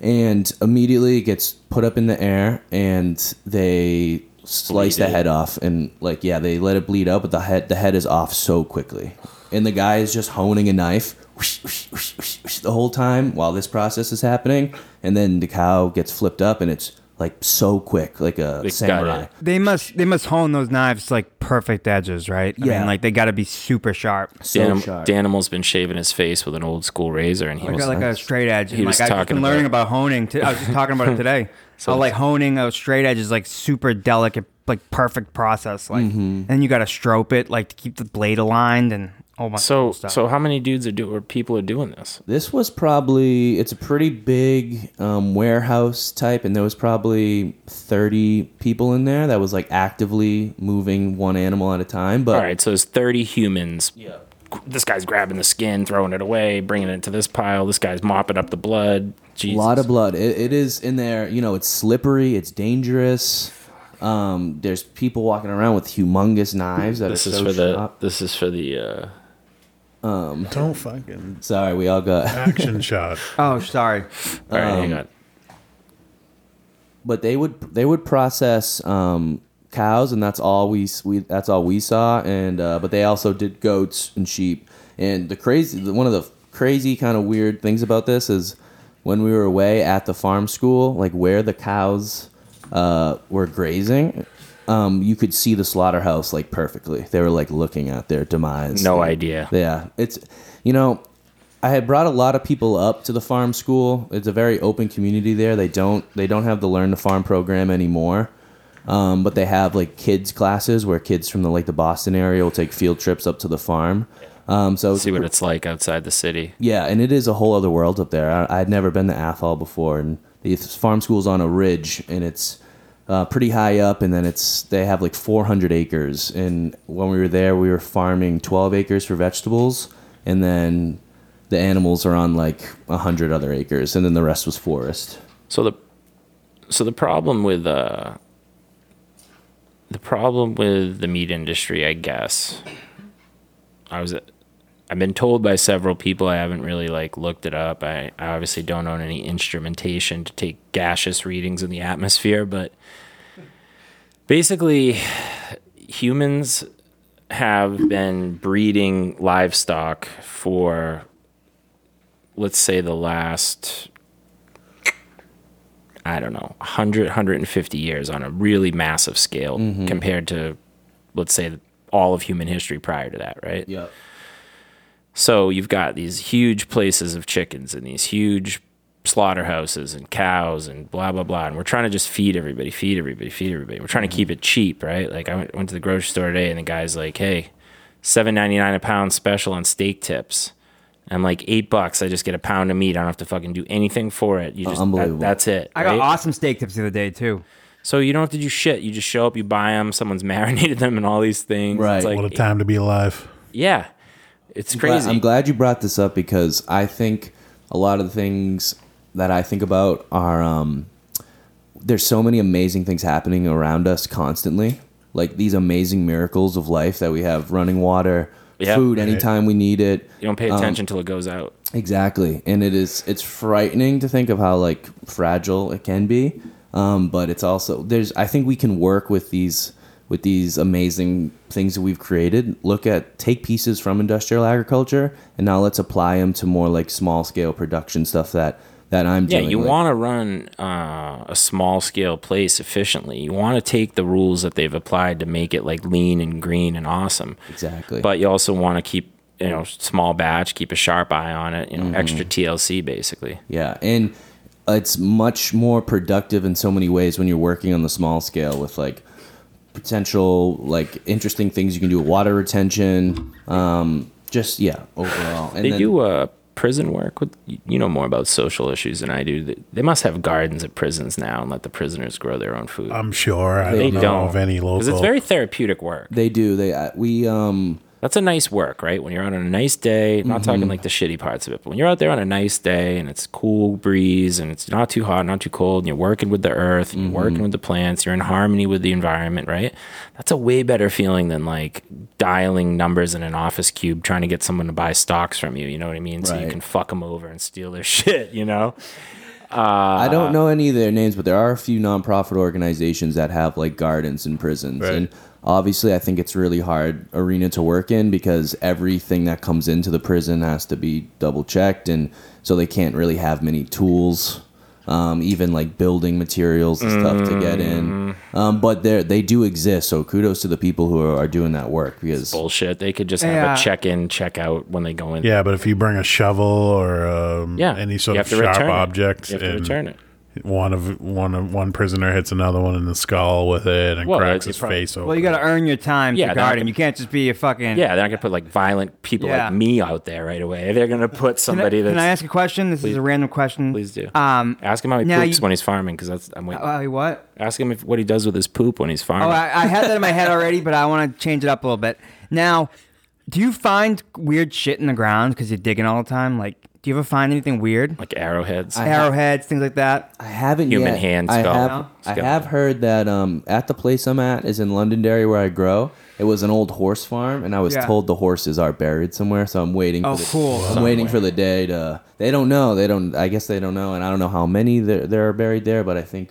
and immediately it gets put up in the air, and they slice the head off, and like yeah, they let it bleed out, but the head the head is off so quickly, and the guy is just honing a knife whoosh, whoosh, whoosh, whoosh, whoosh, the whole time while this process is happening, and then the cow gets flipped up, and it's like so quick, like a
got
samurai.
it.
They must they must hone those knives to, like perfect edges, right? I
Yeah.
mean, like they got to be super sharp.
So
Danim-
sharp.
Danimal's been shaving his face with an old school razor, and he
I
was
got like a straight edge.
He
like,
was
I've just
talking
been
about-
learning about honing. To, I was just talking about it today. so like honing a straight edge is like super delicate, like perfect process. Like,
Mm-hmm.
and you got to strobe it like to keep the blade aligned and all my
So,
stuff.
so how many dudes are do or people are doing this?
This was probably it's a pretty big um, warehouse type, and there was probably thirty people in there that was like actively moving one animal at a time. But
All right, so there's 30 humans. Yeah. This guy's grabbing the skin, throwing it away, bringing it to this pile. This guy's mopping up the blood. Jesus.
a lot of blood. It, it is in there. You know, it's slippery. It's dangerous. Um, there's people walking around with humongous knives that
this
are
is
so
for the
sharp.
this is for the uh
Don't fucking
Sorry, we all got.
action shot.
oh, sorry.
all right, hang
Um,
on.
But they would they would process um, cows, and that's all we, we that's all we saw. And uh, but they also did goats and sheep. And the crazy the- one of the crazy kind of weird things about this is when we were away at the farm school, like where the cows uh, were grazing. Um, you could see the slaughterhouse like perfectly. They were like looking at their demise.
No idea.
Yeah, it's you know, I had brought a lot of people up to the farm school. It's a very open community there. They don't they don't have the learn to farm program anymore. Um, but they have like kids classes where kids from the like the Boston area will take field trips up to the farm. Um, so
See what it's like outside the city.
yeah, and it is a whole other world up there. I, I'd never been to Athol before, and the farm school's on a ridge, and it's uh, pretty high up. And then it's they have like 400 acres. And when we were there, we were farming 12 acres for vegetables, and then the animals are on like 100 other acres, and then the rest was forest.
So the so the problem with uh the problem with the meat industry, I guess. I was I've been told by several people I haven't really like looked it up. I, I obviously don't own any instrumentation to take gaseous readings in the atmosphere, but basically humans have been breeding livestock for let's say the last I don't know, 100, 150 years on a really massive scale compared to, let's say, all of human history prior to that, right?
Yeah.
So you've got these huge places of chickens and these huge slaughterhouses and cows and blah blah blah and we're trying to just feed everybody feed everybody feed everybody we're trying
Mm-hmm.
to keep it cheap right like i went, went to the grocery store today and the guy's like hey 7.99 a pound special on steak tips and like eight bucks i just get a pound of meat i don't have to fucking do anything for it you just that-
unbelievable.
that's it
I got
right?
awesome steak tips the other day too.
So you don't have to do shit. You just show up, you buy them. Someone's marinated them and all these things.
Right.
It's like,
What a time to be alive.
yeah, it's
Glad-
crazy.
I'm glad you brought this up because I think a lot of the things that I think about are um, there's so many amazing things happening around us constantly. Like these amazing miracles of life that we have running water,
Yeah.
food anytime we need it.
You don't pay attention till it goes out.
Exactly, and it is it's frightening to think of how like fragile it can be, um, but it's also there's I think we can work with these with these amazing things that we've created. Look at take pieces from industrial agriculture, and now let's apply them to more like small scale production stuff that that I'm
Yeah,
doing.
you
like-
want to run uh, a small scale place efficiently. You want to take the rules that they've applied to make it like lean and green and awesome.
exactly,
But you also want to keep you know small batch, keep a sharp eye on it.
Mm-hmm.
You know, extra TLC basically.
Yeah, and it's much more productive in so many ways when you're working on the small scale with like potential like interesting things you can do with water retention. Um, just yeah, overall. And
They
then-
do uh, prison work? What, you know more about social issues than I do. They- They must have gardens at prisons now and let the prisoners grow their own food.
I'm sure. I
they
don't know
don't
of any local.
because it's very therapeutic work.
They do. They uh, we um
That's a nice work, right? When you're out on a nice day, not
Mm-hmm.
talking like the shitty parts of it, but when you're out there on a nice day and it's cool breeze and it's not too hot, not too cold, and you're working with the earth,
Mm-hmm.
and you're working with the plants, you're in harmony with the environment, right? That's a way better feeling than like dialing numbers in an office cube trying to get someone to buy stocks from you. You know what I mean? So you
Right.
can fuck them over and steal their shit, you know?
I don't know any of their names, but there are a few nonprofit organizations that have like gardens in prisons.
Right.
And obviously, I think it's really hard arena to work in because everything that comes into the prison has to be double checked, and so they can't really have many tools. Um, even like building materials and stuff to get in, um, but they they do exist. So kudos to the people who are, are doing that work because
Bullshit. They could just have
Yeah.
a check in, check out when they go in.
yeah, but if you bring a shovel or um,
Yeah.
any sort
You
of
have to
sharp
return it.
object,
You have to
and
return it.
One of one of one prisoner hits another one in the skull with it and
Well,
cracks his
it's prob-
face open.
Well, you got to earn your time
Yeah,
yeah,
they're
to
not
garden.
gonna-
You can't just be a fucking
Yeah, they're not gonna put like violent people
Yeah.
like me out there right away. They're gonna put
Can I-
somebody
Can
that's.
I ask a question? This is a random question.
Please do.
Um,
ask him how he
now
poops
you-
when he's farming, because that's I'm waiting.
uh, what?
ask him if, what he does with his poop when he's
Oh,
farming.
I, I had that in my head already, but I want to change it up a little bit. Now, do you find weird shit in the ground because you're digging all the time? Like, do you ever find anything weird?
like arrowheads.
Arrowheads, things like that.
I haven't
Human
yet.
hand
I
spell.
have,
No?
I
Spell.
have heard that um, at the place I'm at is in Londonderry where I grow. It was an old horse farm, and I was
Yeah.
told the horses are buried somewhere. So I'm waiting.
Oh,
for the,
cool.
I'm waiting for the day to. They don't know. They don't. I guess they don't know, and I don't know how many there there are buried there. But I think,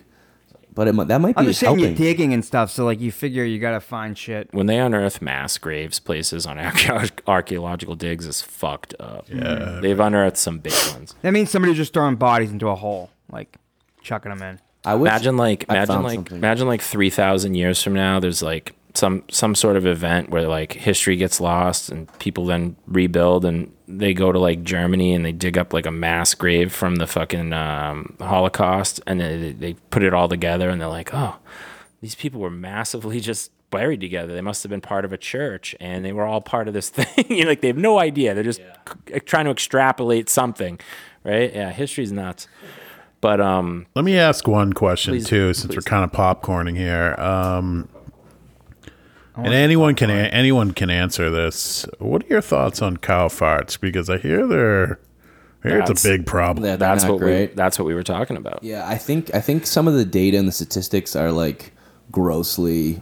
but it, mi- that might
I'm
be
just saying
helping.
you're digging and stuff, so like you figure you gotta find shit.
when they unearth mass graves, places on archeo- archaeological digs is fucked up. Yeah, they've unearthed some big ones.
That means somebody's just throwing bodies into a hole, like chucking them in.
I wish,
Imagine like
I
imagine
found
like
something.
imagine like three thousand years from now. There's like some some sort of event where like history gets lost and people then rebuild and they go to like Germany and they dig up like a mass grave from the fucking um, Holocaust and then they, they put it all together and they're like, oh, these people were massively just buried together. They must have been part of a church and they were all part of this thing. you know, like they have no idea. They're just c- trying to extrapolate something, right? Yeah, history's nuts. But um,
Let me ask one question too, since we're kind of popcorning here. Um, and anyone can anyone can answer this. What are your thoughts on cow farts? Because I hear they're I hear
That's-
it's a big problem.
that they're
that's
not
what
great.
we that's what we were talking about.
yeah, I think I think some of the data and the statistics are like grossly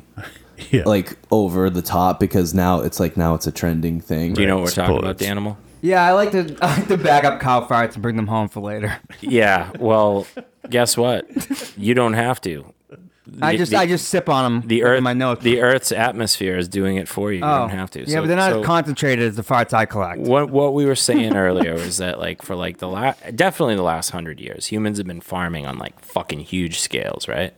Yeah.
like over the top because now it's like now it's a trending thing.
Do you know what we're
It's
talking about,
bullets.
the animal?
Yeah, I like to I like to back up cow farts and bring them home for later.
Yeah. Well, guess what? You don't have to.
I just
the-
I just sip on them.
The earth,
my notes. Oh.
the Earth's atmosphere is doing it for you. You don't have to.
Yeah, but they're not
so-
as concentrated as the farts I collect.
what what we were saying earlier was that like for like the last definitely the last hundred years, humans have been farming on like fucking huge scales, right?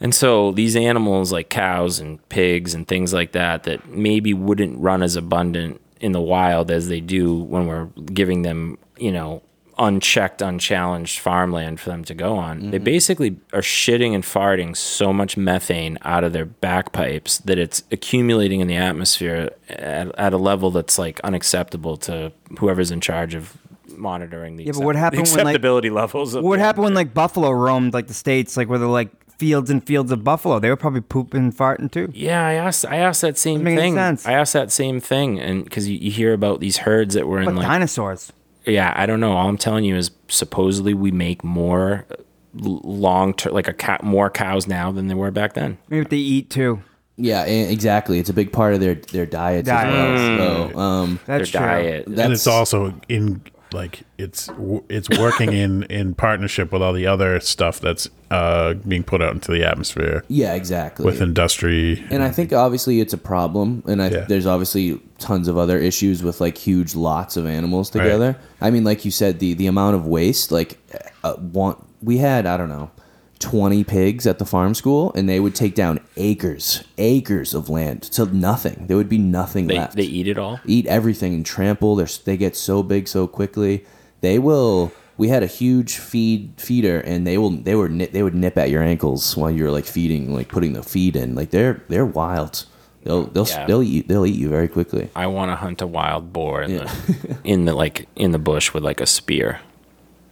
And so these animals like cows and pigs and things like that that maybe wouldn't run as abundant in the wild as they do when we're giving them, you know, unchecked, unchallenged farmland for them to go on. They
Mm-hmm.
basically are shitting and farting so much methane out of their backpipes that it's accumulating in the atmosphere at, at a level that's like unacceptable to whoever's in charge of monitoring the,
Yeah, but what
accept- the
happened when, like-
acceptability levels of
What
the-
happened when like buffalo roamed like the states, like where they're like fields and fields of buffalo? They were probably pooping and farting too.
Yeah, I asked. I asked that same
Doesn't make any
thing.
sense.
I asked that same thing, and because you, you hear about these herds that were in
But
like,
dinosaurs.
yeah, I don't know. All I'm telling you is supposedly we make more uh, long term, like a cat, more cows now than they were back then.
Maybe what they eat too.
Yeah, e- exactly. It's a big part of their their diets
Diet.
as well.
Mm.
So, um,
That's
Their
true.
diet.
that's
and it's also in like it's w- it's working in in partnership with all the other stuff that's uh, being put out into the atmosphere
yeah, exactly.
with industry.
and I think obviously it's a problem, and I,
Yeah.
there's obviously tons of other issues with like huge lots of animals together. I mean, like you said, the the amount of waste. Like, uh, one, we had I don't know, twenty pigs at the farm school, and they would take down acres, acres of land to nothing. There would be nothing
They
left.
they eat it all.
eat everything and trample. They're, they get so big so quickly. They will. We had a huge feed feeder, and they will. They were nip, they would nip at your ankles while you were like feeding, like putting the feed in. Like they're they're wild. They'll they'll
Yeah.
they'll eat you, they'll eat you very quickly.
I want to hunt a wild boar in, the, in the like in the bush with like a spear,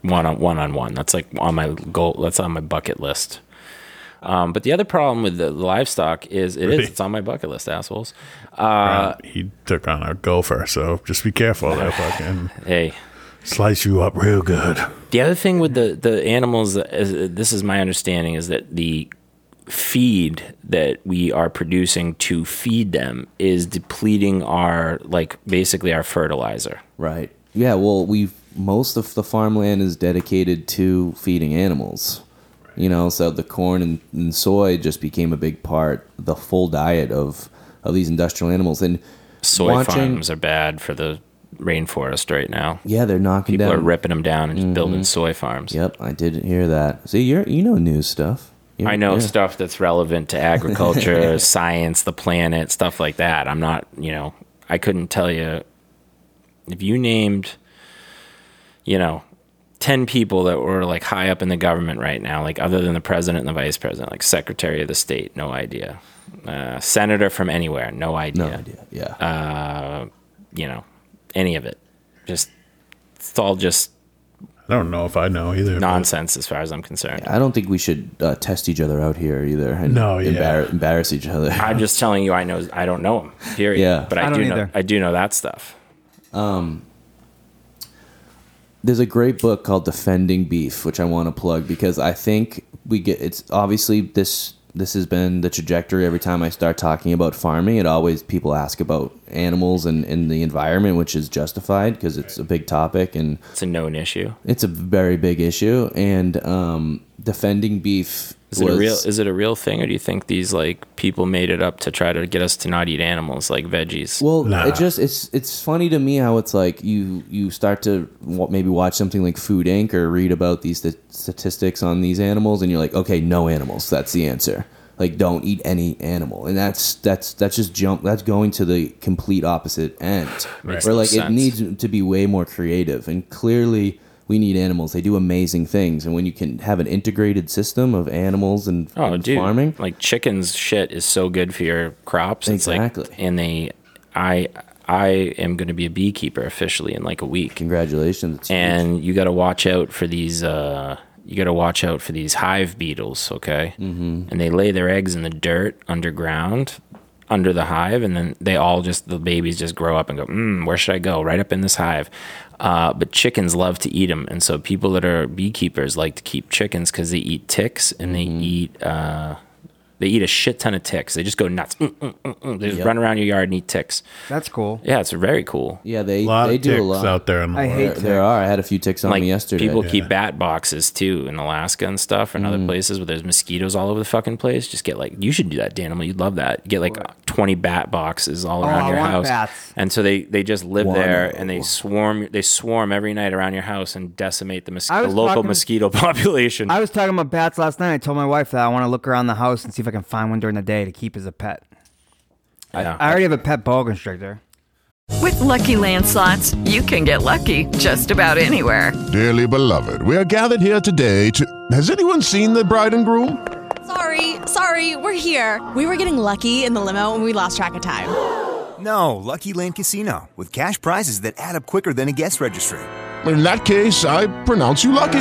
one on one on one. That's like on my goal. That's on my bucket list. Um, but the other problem with the livestock is it is
Really?
it's on my bucket list, assholes.
he took on a gopher, so just be careful. They'll fucking
Hey,
slice you up real good.
The other thing with the the animals, is, this is my understanding, is that the feed that we are producing to feed them is depleting our like basically our fertilizer.
Right. Yeah. Well, we most of the farmland is dedicated to feeding animals. You know, so the corn and, and soy just became a big part, the full diet of of these industrial animals. And
Soy
Watching-
farms are bad for the rainforest right now.
yeah, Mm-hmm. they're knocking
People
down.
are ripping them down and building soy farms.
Yep, I did hear that. See, you're you know news stuff. You're-
I know
yeah.
stuff that's relevant to agriculture, science, the planet, stuff like that. I'm not, you know, I couldn't tell you if you named, you know, 10 people that were like high up in the government right now, like other than the president and the vice president, like secretary of the state, no idea. Uh, senator from anywhere, no idea.
No idea. Yeah.
Uh, You know, any of it. Just, it's all just
I don't know if I know either. but
nonsense as far as I'm concerned.
I don't think we should uh, test each other out here either. And
No, yeah.
embar- embarrass each other.
I'm just telling you, I know, I don't know him, period.
Yeah.
But I,
I don't
do know,
either.
I do know that stuff.
there's a great book called Defending Beef, which I want to plug because I think we get it's obviously this this has been the trajectory every time I start talking about farming. It always people ask about animals and, and the environment, which is justified because it's a big topic and
It's a known issue.
it's a very big issue. And um, defending beef
Is
was
it a real? Is it a real thing, or do you think these like people made it up to try to get us to not eat animals like veggies?
Well,
Nah.
it just it's it's funny to me how it's like you you start to wa- maybe watch something like Food Inc. or read about these st- statistics on these animals, and you're like, okay, no animals. That's the answer. Like, don't eat any animal, and that's that's that's just jump. That's going to the complete opposite end.
Makes
Where
no
like it
sense.
needs to be way more creative, and clearly. We need animals. They do amazing things, and when you can have an integrated system of animals and,
oh,
and
dude,
farming,
like chickens shit is so good for your crops. It's
Exactly.
like, and they, I, I am going to be a beekeeper officially in like a week,
congratulations! It's huge.
and you got to watch out for these. uh you got to watch out for these hive beetles, okay? Mm-hmm. And they lay their eggs in the dirt underground, under the hive, and then they all just the babies just grow up and go, mm, where should I go? Right up in this hive. Uh, but chickens love to eat them, and so people that are beekeepers like to keep chickens because they eat ticks and they eat uh, they eat a shit ton of ticks. They just go nuts. Mm, mm, mm, mm. They just run around your yard and eat ticks.
That's cool.
Yeah, it's very cool.
yeah, they
a lot
they
of
do
ticks
a lot.
out there in the
I
world.
hate
There, there are. I had a few ticks on
like
me yesterday. Mm-hmm.
people keep bat boxes too in Alaska and stuff and other places where there's mosquitoes all over the fucking place. Just get like you should do that, Danimal. You'd love that. Get like twenty bat boxes all around
Oh, I
your
want
house.
bats.
And so they they just live there
Wow.
and they swarm they swarm every night around your house and decimate the, mos-
I
the
was
local
talking-
mosquito population.
I was talking about bats last night. I told my wife that I want to look around the house and see if I can find one during the day to keep as a pet.
Yeah.
I already have a pet boa constrictor.
With Lucky Land slots, you can get lucky just about anywhere.
Dearly beloved, we are gathered here today to. Has anyone seen the bride and groom?
Sorry, sorry, we're here. We were getting lucky in the limo and we lost track of time.
No, Lucky Land Casino, with cash prizes that add up quicker than a guest registry.
In that case, I pronounce you lucky.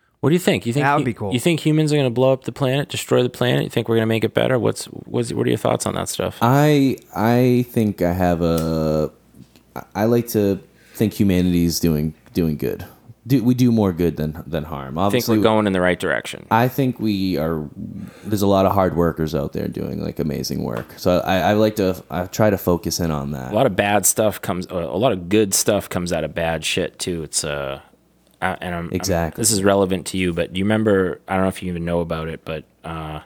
what do you think? You think
That would
hu-
be cool.
You think humans are going to blow up the planet, destroy the planet? You think we're going to make it better? What's what's what are your thoughts on that stuff?
I I think I have a I like to think humanity's doing doing good. do, we do more good than than harm.
I think
Obviously,
we're going in the right direction.
I think we are. There's a lot of hard workers out there doing like amazing work. So I, I like to I try to focus in on that.
A lot of bad stuff comes. A lot of good stuff comes out of bad shit too. It's uh, I, and I'm
Exactly.
I'm- this is relevant to you, but do you remember? I don't know if you even know about it, but uh,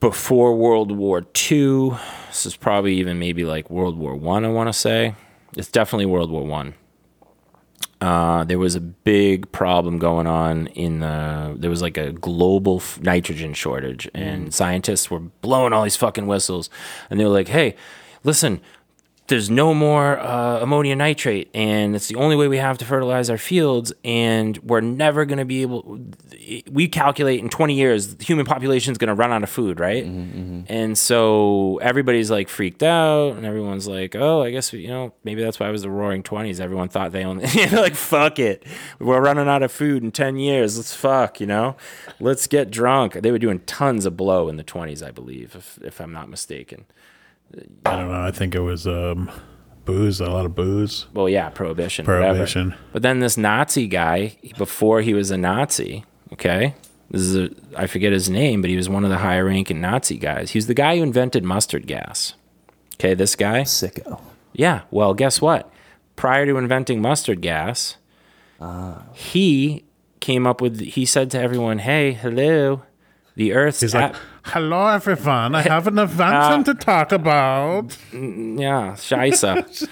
before World War II, this is probably even maybe like World War One. I, want to say it's definitely World War One. Uh, there was a big problem going on in the. There was like a global f- nitrogen shortage, and scientists were blowing all these fucking whistles, and they were like, "Hey, listen, there's no more uh, ammonia nitrate, and it's the only way we have to fertilize our fields, and we're never going to be able. We calculate in 20 years, the human population is going to run out of food, right? And so everybody's like freaked out, and everyone's like, "Oh, I guess you know maybe that's why it was the Roaring Twenties. Everyone thought they only you know, like fuck it, we're running out of food in ten years. Let's fuck, you know, let's get drunk." They were doing tons of blow in the twenties, I believe, if if I'm not mistaken.
I don't know. I think it was um, booze, a lot of booze.
Well, yeah, prohibition.
Prohibition.
Whatever. But then this Nazi guy, before he was a Nazi, okay, this is a, I forget his name, but he was one of the high ranking Nazi guys. He was the guy who invented mustard gas. Okay, this guy.
Sicko.
Yeah. Well, guess what? Prior to inventing mustard gas, he came up with. He said to everyone, "Hey, hello, the Earth's."
He's like,
at-
"Hello, everyone. I have an event to talk about."
Yeah, Scheisse.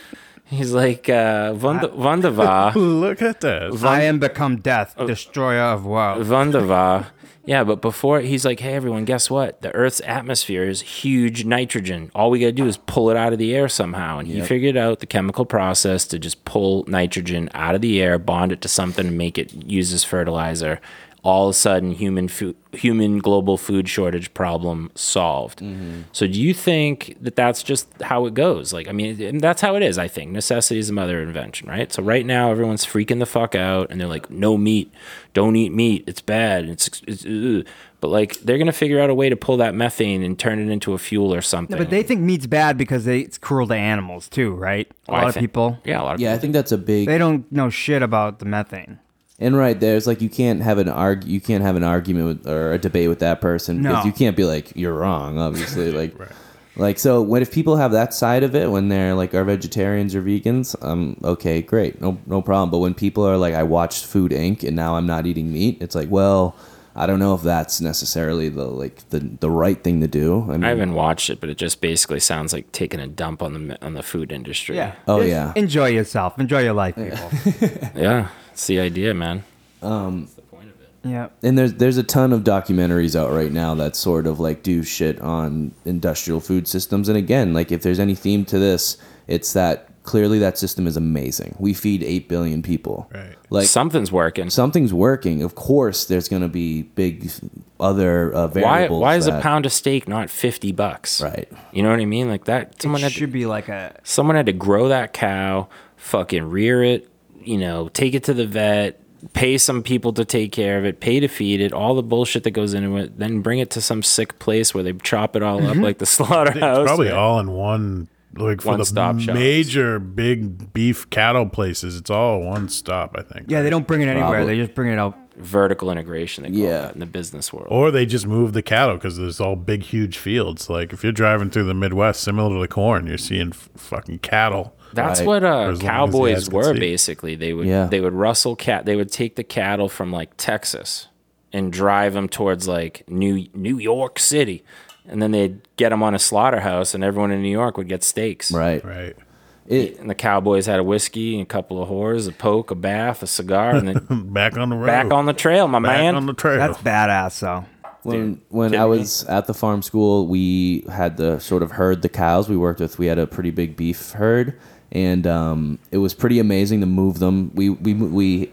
He's like, uh, "Wunder- Wunderbar.
Look at this.
I am become death,
Oh.
destroyer of worlds.
Wunderbar. Yeah, but before he's like, hey everyone, guess what? The Earth's atmosphere is huge nitrogen. All we gotta do is pull it out of the air somehow. And he
Yep.
figured out the chemical process to just pull nitrogen out of the air, bond it to something, and make it use as fertilizer. All of a sudden, human food, human global food shortage problem solved.
Mm-hmm.
So, do you think that that's just how it goes? Like, I mean, and that's how it is. I think necessity is the mother of invention, right? So, right now, everyone's freaking the fuck out, and they're like, "No meat, don't eat meat. It's bad." and It's, it's ugh." but like they're gonna figure out a way to pull that methane and turn it into a fuel or something.
No, but they think meat's bad because they, it's cruel to animals too, right? A
Well, Oh, I
lot of
think-
people.
Yeah, a lot of
Yeah, I think that's a big.
They don't know shit about the methane.
And right there, it's like you can't have an arg you can't have an argument with, or a debate with that person
No.
because you can't be like you're wrong. Obviously, like like so when if people have that side of it when they're like are vegetarians or vegans, um, okay, great, no no problem. But when people are like I watched Food Inc. and now I'm not eating meat, it's like well. I don't know if that's necessarily the like the, the right thing to do. I, mean,
I haven't watched it, but it just basically sounds like taking a dump on the me- on the food industry.
Yeah.
Oh,
Just
yeah.
Enjoy yourself. Enjoy your life, people.
yeah, it's the idea, man.
Um,
yeah.
and there's there's a ton of documentaries out right now that sort of like do shit on industrial food systems and again like if there's any theme to this it's that clearly that system is amazing we feed 8 billion people right like
something's working
something's working of course there's going to be big other uh,
Why
variables
why is a
that-
pound of steak not fifty bucks?
Right.
You know what I mean? Like that. Someone had
should be like a
someone had to grow that cow, fucking rear it, you know, take it to the vet, pay some people to take care of it, pay to feed it, all the bullshit that goes into it, then bring it to some sick place where they chop it all up
Mhm.
like the slaughterhouse.
It's probably
right?
all in one, like for
One-stop
the
shops.
major big beef cattle places. It's all one stop, I think.
Yeah, they don't bring it anywhere.
Probably.
They just bring it out.
Vertical integration, they call yeah. that in the business world.
Or they just move the cattle because there's all big, huge fields. Like if you're driving through the Midwest, similar to the corn, you're seeing f- fucking cattle.
That's what uh,
as long as the eyes
cowboys
can
were
see.
basically. They would
Yeah.
they would rustle cat. They would take the cattle from like Texas and drive them towards like New New York City, and then they'd get them on a slaughterhouse, and everyone in New York would get steaks.
Right.
Right.
and the cowboys had a whiskey, and a couple of whores, a poke, a bath, a cigar, and then
back on the road.
Back on the trail, my man.
That's badass, though.
when when I was at the farm school, we had the sort of herd the cows we worked with. We had a pretty big beef herd, and um, it was pretty amazing to move them. We we we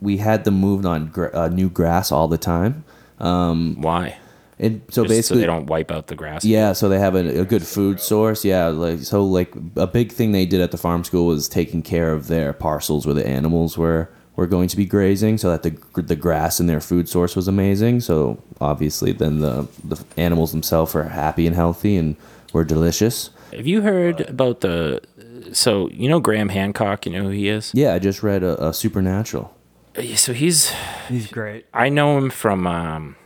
we had them moved on gra- uh, new grass all the time. Um,
Why?
And so
Just
basically,
they don't wipe out the grass.
yeah, so they have a, a good food source. Yeah, like so, like a big thing they did at the farm school was taking care of their parcels where the animals were were going to be grazing, so that the the grass and their food source was amazing. So obviously, then the the animals themselves are happy and healthy and were delicious.
Have you heard about the so you know Graham Hancock. You know who he is.
Yeah, I just read a, a Supernatural.
Yeah, So he's
he's great.
I know him from um,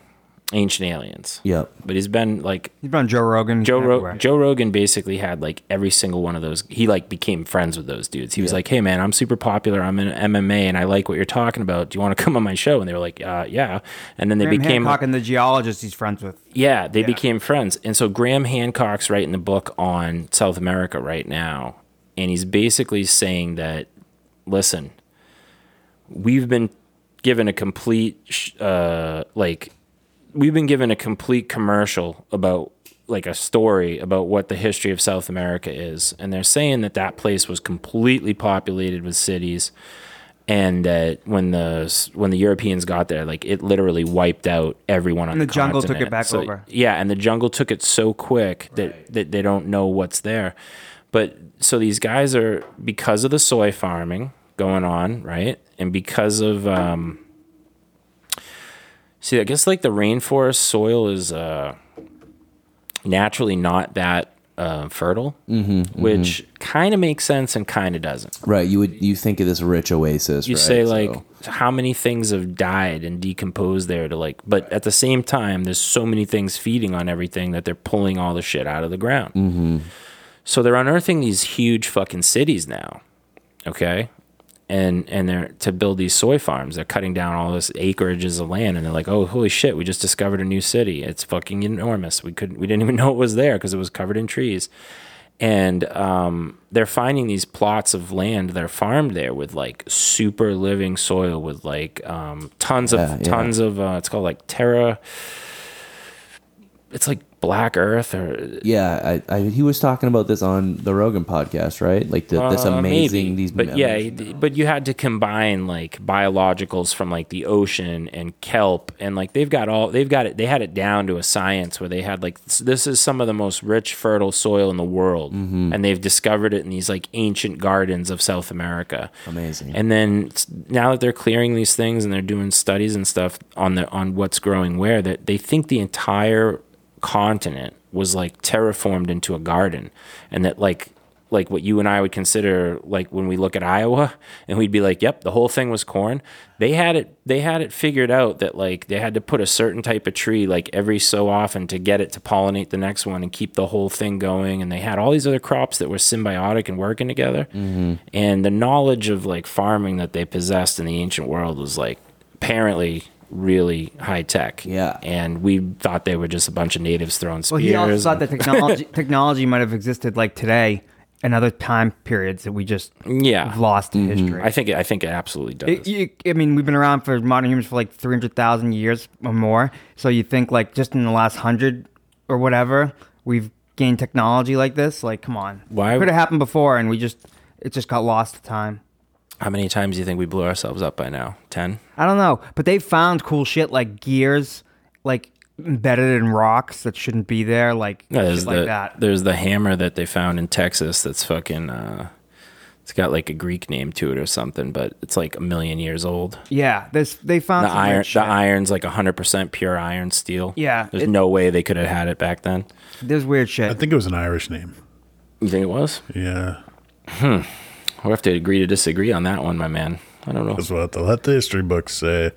Ancient Aliens.
Yep.
But he's been like
he's been on Joe Rogan.
Joe
everywhere.
Rogan. Joe Rogan basically had like every single one of those. He like became friends with those dudes. He was like, "Hey man, I'm super popular. I'm in MMA and I like what you're talking about. Do you want to come on my show?" And they were like, uh, "Yeah." And then they
Graham
became
Hancock and the geologist he's friends with.
yeah, they became friends. And so Graham Hancock's writing the book on South America right now. And he's basically saying that, listen, we've been given a complete, sh- uh, like, we've been given a complete commercial about, like, a story about what the history of South America is. And they're saying that that place was completely populated with cities and that when the when the Europeans got there, like it literally wiped out everyone on
And the jungle took it
continent.
back
So-
over.
Yeah, and the jungle took it so quick that that they don't know what's there. But so these guys are because of the soy farming going on, right, and because of um, see, I guess like the rainforest soil is uh, naturally not that uh, fertile,
Mm-hmm,
which kind of makes sense and kind of doesn't.
right? You would you think of this rich oasis?
You
right?
say like
So-
how many things have died and decomposed there to like, but at the same time, there's so many things feeding on everything that they're pulling all the shit out of the ground.
Mhm.
So they're unearthing these huge fucking cities now, okay, and and they're to build these soy farms. They're cutting down all this acreages of land, and they're like, oh holy shit, we just discovered a new city. It's fucking enormous. We couldn't, we didn't even know it was there because it was covered in trees and um, they're finding these plots of land that are farmed there with like super living soil with like um, tons
Yeah,
of
yeah.
tons of uh, it's called like terra it's like black earth or
yeah, I, I, he was talking about this on the Rogan podcast, right? Like the, this
Uh,
amazing
maybe.
these.
but yeah d- but you had to combine like biologicals from like the ocean and kelp and like they've got all they've got it they had it down to a science where they had like s- this is some of the most rich fertile soil in the world
Mm-hmm.
and they've discovered it in these like ancient gardens of south america
amazing
and then s- now that they're clearing these things and they're doing studies and stuff on the on what's growing where that they think the entire continent was like terraformed into a garden and that like like what you and I would consider like when we look at Iowa and we'd be like yep the whole thing was corn they had it they had it figured out that like they had to put a certain type of tree like every so often to get it to pollinate the next one and keep the whole thing going and they had all these other crops that were symbiotic and working together and the knowledge of like farming that they possessed in the ancient world was like apparently really high tech. Yeah. And we thought they were just a bunch of natives throwing
Well,
spears.
he also thought
and-
that technology technology might have existed like today and other time periods that we just
yeah
lost in history.
I think it, I think it absolutely does.
It- you- I mean, we've been around for modern humans for like 300,000 years or more. So you think like just in the last 100 or whatever, we've gained technology like this? Like, come on.
Why-
Could have happened before and we just, it just got lost to time.
How many times do you think we blew ourselves up by now? Ten.
I don't know. But they found cool shit like gears, like embedded in rocks that shouldn't be there, like
No,
shit
there's the
like that.
there's the hammer that they found in Texas that's fucking. Uh, it's got like a Greek name to it or something, but it's like a million years old.
Yeah, there's, they found
the
some weird
iron,
shit.
the iron's like 100% pure iron steel.
Yeah,
there's
it-
no way they could have had it back then.
There's weird shit.
I
think it was an Irish name.
You think it was?
Yeah.
Hmm. We'll have to agree to disagree on that one, my man. I don't know.
That's what the, let the history books say.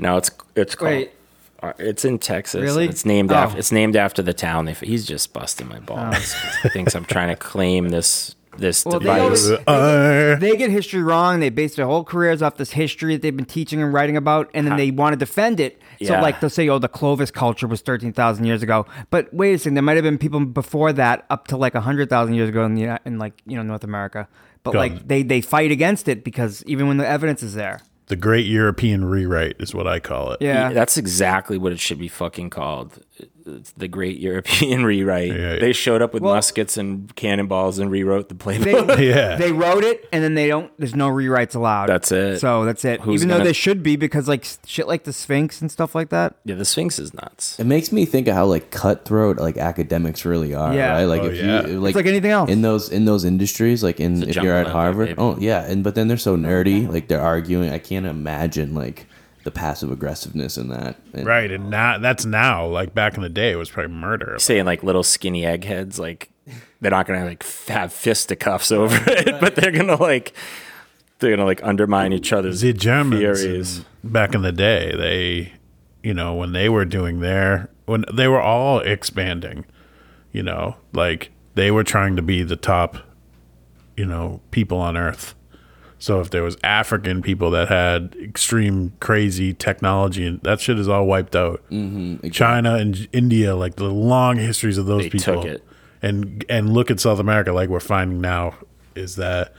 no, it's it's called.
Wait.
uh, It's in Texas.
Really?
It's named
Oh.
after it's named after the town. They, f- he's just busting
Oh.
my balls. he thinks I'm trying to claim this this
Well, they
device.
always- they get history wrong. They base their whole careers off this history that they've been teaching and writing about, and then they want to defend it. So,
Uh-huh. Yeah.
like, they'll say, oh, the Clovis culture was 13,000 years ago. But wait a second, there might have been people before that up to like 100,000 years ago in, the, in like, you know, North America. But,
Got
like,
it.
they, they fight against it because even when the evidence is there.
The Great European Rewrite is what I call it.
Yeah.
that's exactly what it should be fucking called. It's the Great European Rewrite. They showed up with muskets and cannonballs and rewrote the
They,
playbook.
they wrote it, and then they don't, there's no rewrites allowed.
That's it.
So, that's it.
Who's
even though
gonna-
they should be because, like, s- shit like the Sphinx and stuff like that.
Yeah, the Sphinx is nuts.
It makes me think of how like cutthroat like academics really are,
Yeah.
right? Like
Oh,
if
yeah.
you
It's
like,
like anything else.
in those in those industries, like in if you're at
jungle out there,
Harvard,
baby.
oh yeah, and but then they're so nerdy, like they're arguing. I can't imagine like the passive aggressiveness in that. And
Right, and now that's now. Like back in the day, it was probably murder.
Saying like little skinny eggheads, like they're not gonna like f- have fisticuffs over it, but they're gonna like they're gonna like undermine each other's
the Germans
theories.
back in the day, they, you know, when they were doing their, when they were all expanding, you know, like they were trying to be the top, you know, people on earth. So if there was African people that had extreme crazy technology, and that shit is all wiped out. Mm-hmm, China and J- India, like the long histories of those
They
people,
took it.
and and look at South America, like we're finding now, is that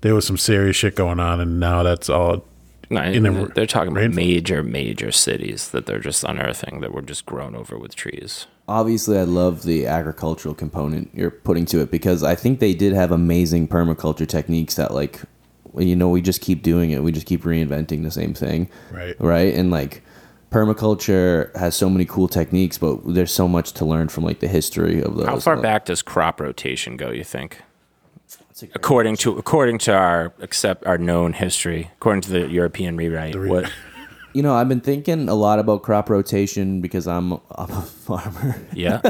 there was some serious shit going on, and now that's all.
No,
in a-
they're talking about major, major cities that they're just unearthing that were just grown over with trees.
Obviously, I love the agricultural component you're putting to it because I think they did have amazing permaculture techniques that, like, well, you know, we just keep doing it. We just keep reinventing the same thing.
Right.
Right. And, like, permaculture has so many cool techniques, but there's so much to learn from, like, the history of those. Uh,
How far
Like,
back does crop rotation go? You think? According to according to our accept our known history, according to the European rewrite, what
You know, I've been thinking a lot about crop rotation because I'm, I'm a farmer.
Yeah.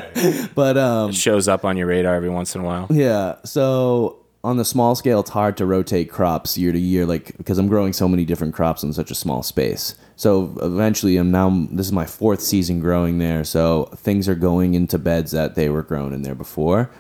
but um
it shows up on your radar every once in a while.
Yeah. So on the small scale, it's hard to rotate crops year to year, like because I'm growing so many different crops in such a small space. So eventually, I'm now this is my fourth season growing there, so things are going into beds that they were grown in there before.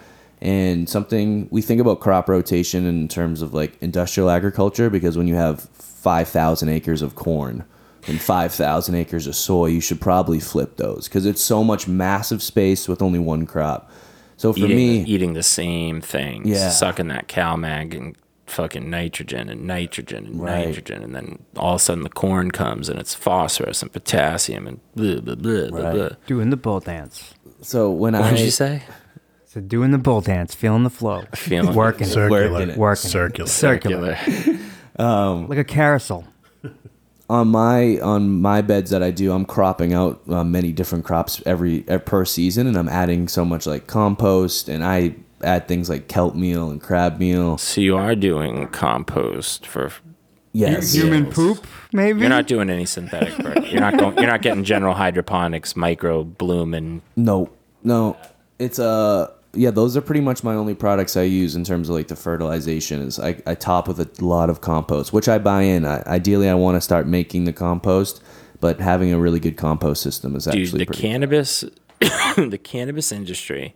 And something we think about crop rotation in terms of like industrial agriculture because when you have 5,000 acres of corn, and 5,000 acres of soy, you should probably flip those because it's so much massive space with only one crop. So for
eating,
me,
eating the same thing,
Yeah.
sucking that cow mag and fucking nitrogen and nitrogen and
Right.
nitrogen, and then all of a sudden the corn comes and it's phosphorus and potassium and blah blah blah blah
Right.
blah.
Doing the bull dance.
So when
What
I
did you say?
So doing the bull dance, feeling the flow,
Feeling-
working, it,
Circular.
working, it, working, it,
Circular.
circular,
um,
like a carousel.
on my on my beds that I do, I'm cropping out uh, many different crops every uh, per season, and I'm adding so much like compost, and I add things like kelp meal and crab meal.
So you are doing compost for
Yes.
Human poop, maybe.
You're not doing any synthetic. Bird. You're not going. You're not getting general hydroponics, micro bloom, and
No, no, it's uh yeah. Those are pretty much my only products I use in terms of like the fertilization. Is I, I top with a lot of compost, which I buy in. I, ideally, I want to start making the compost, but having a really good compost system is
dude.
actually
The
pretty.
cannabis, the cannabis industry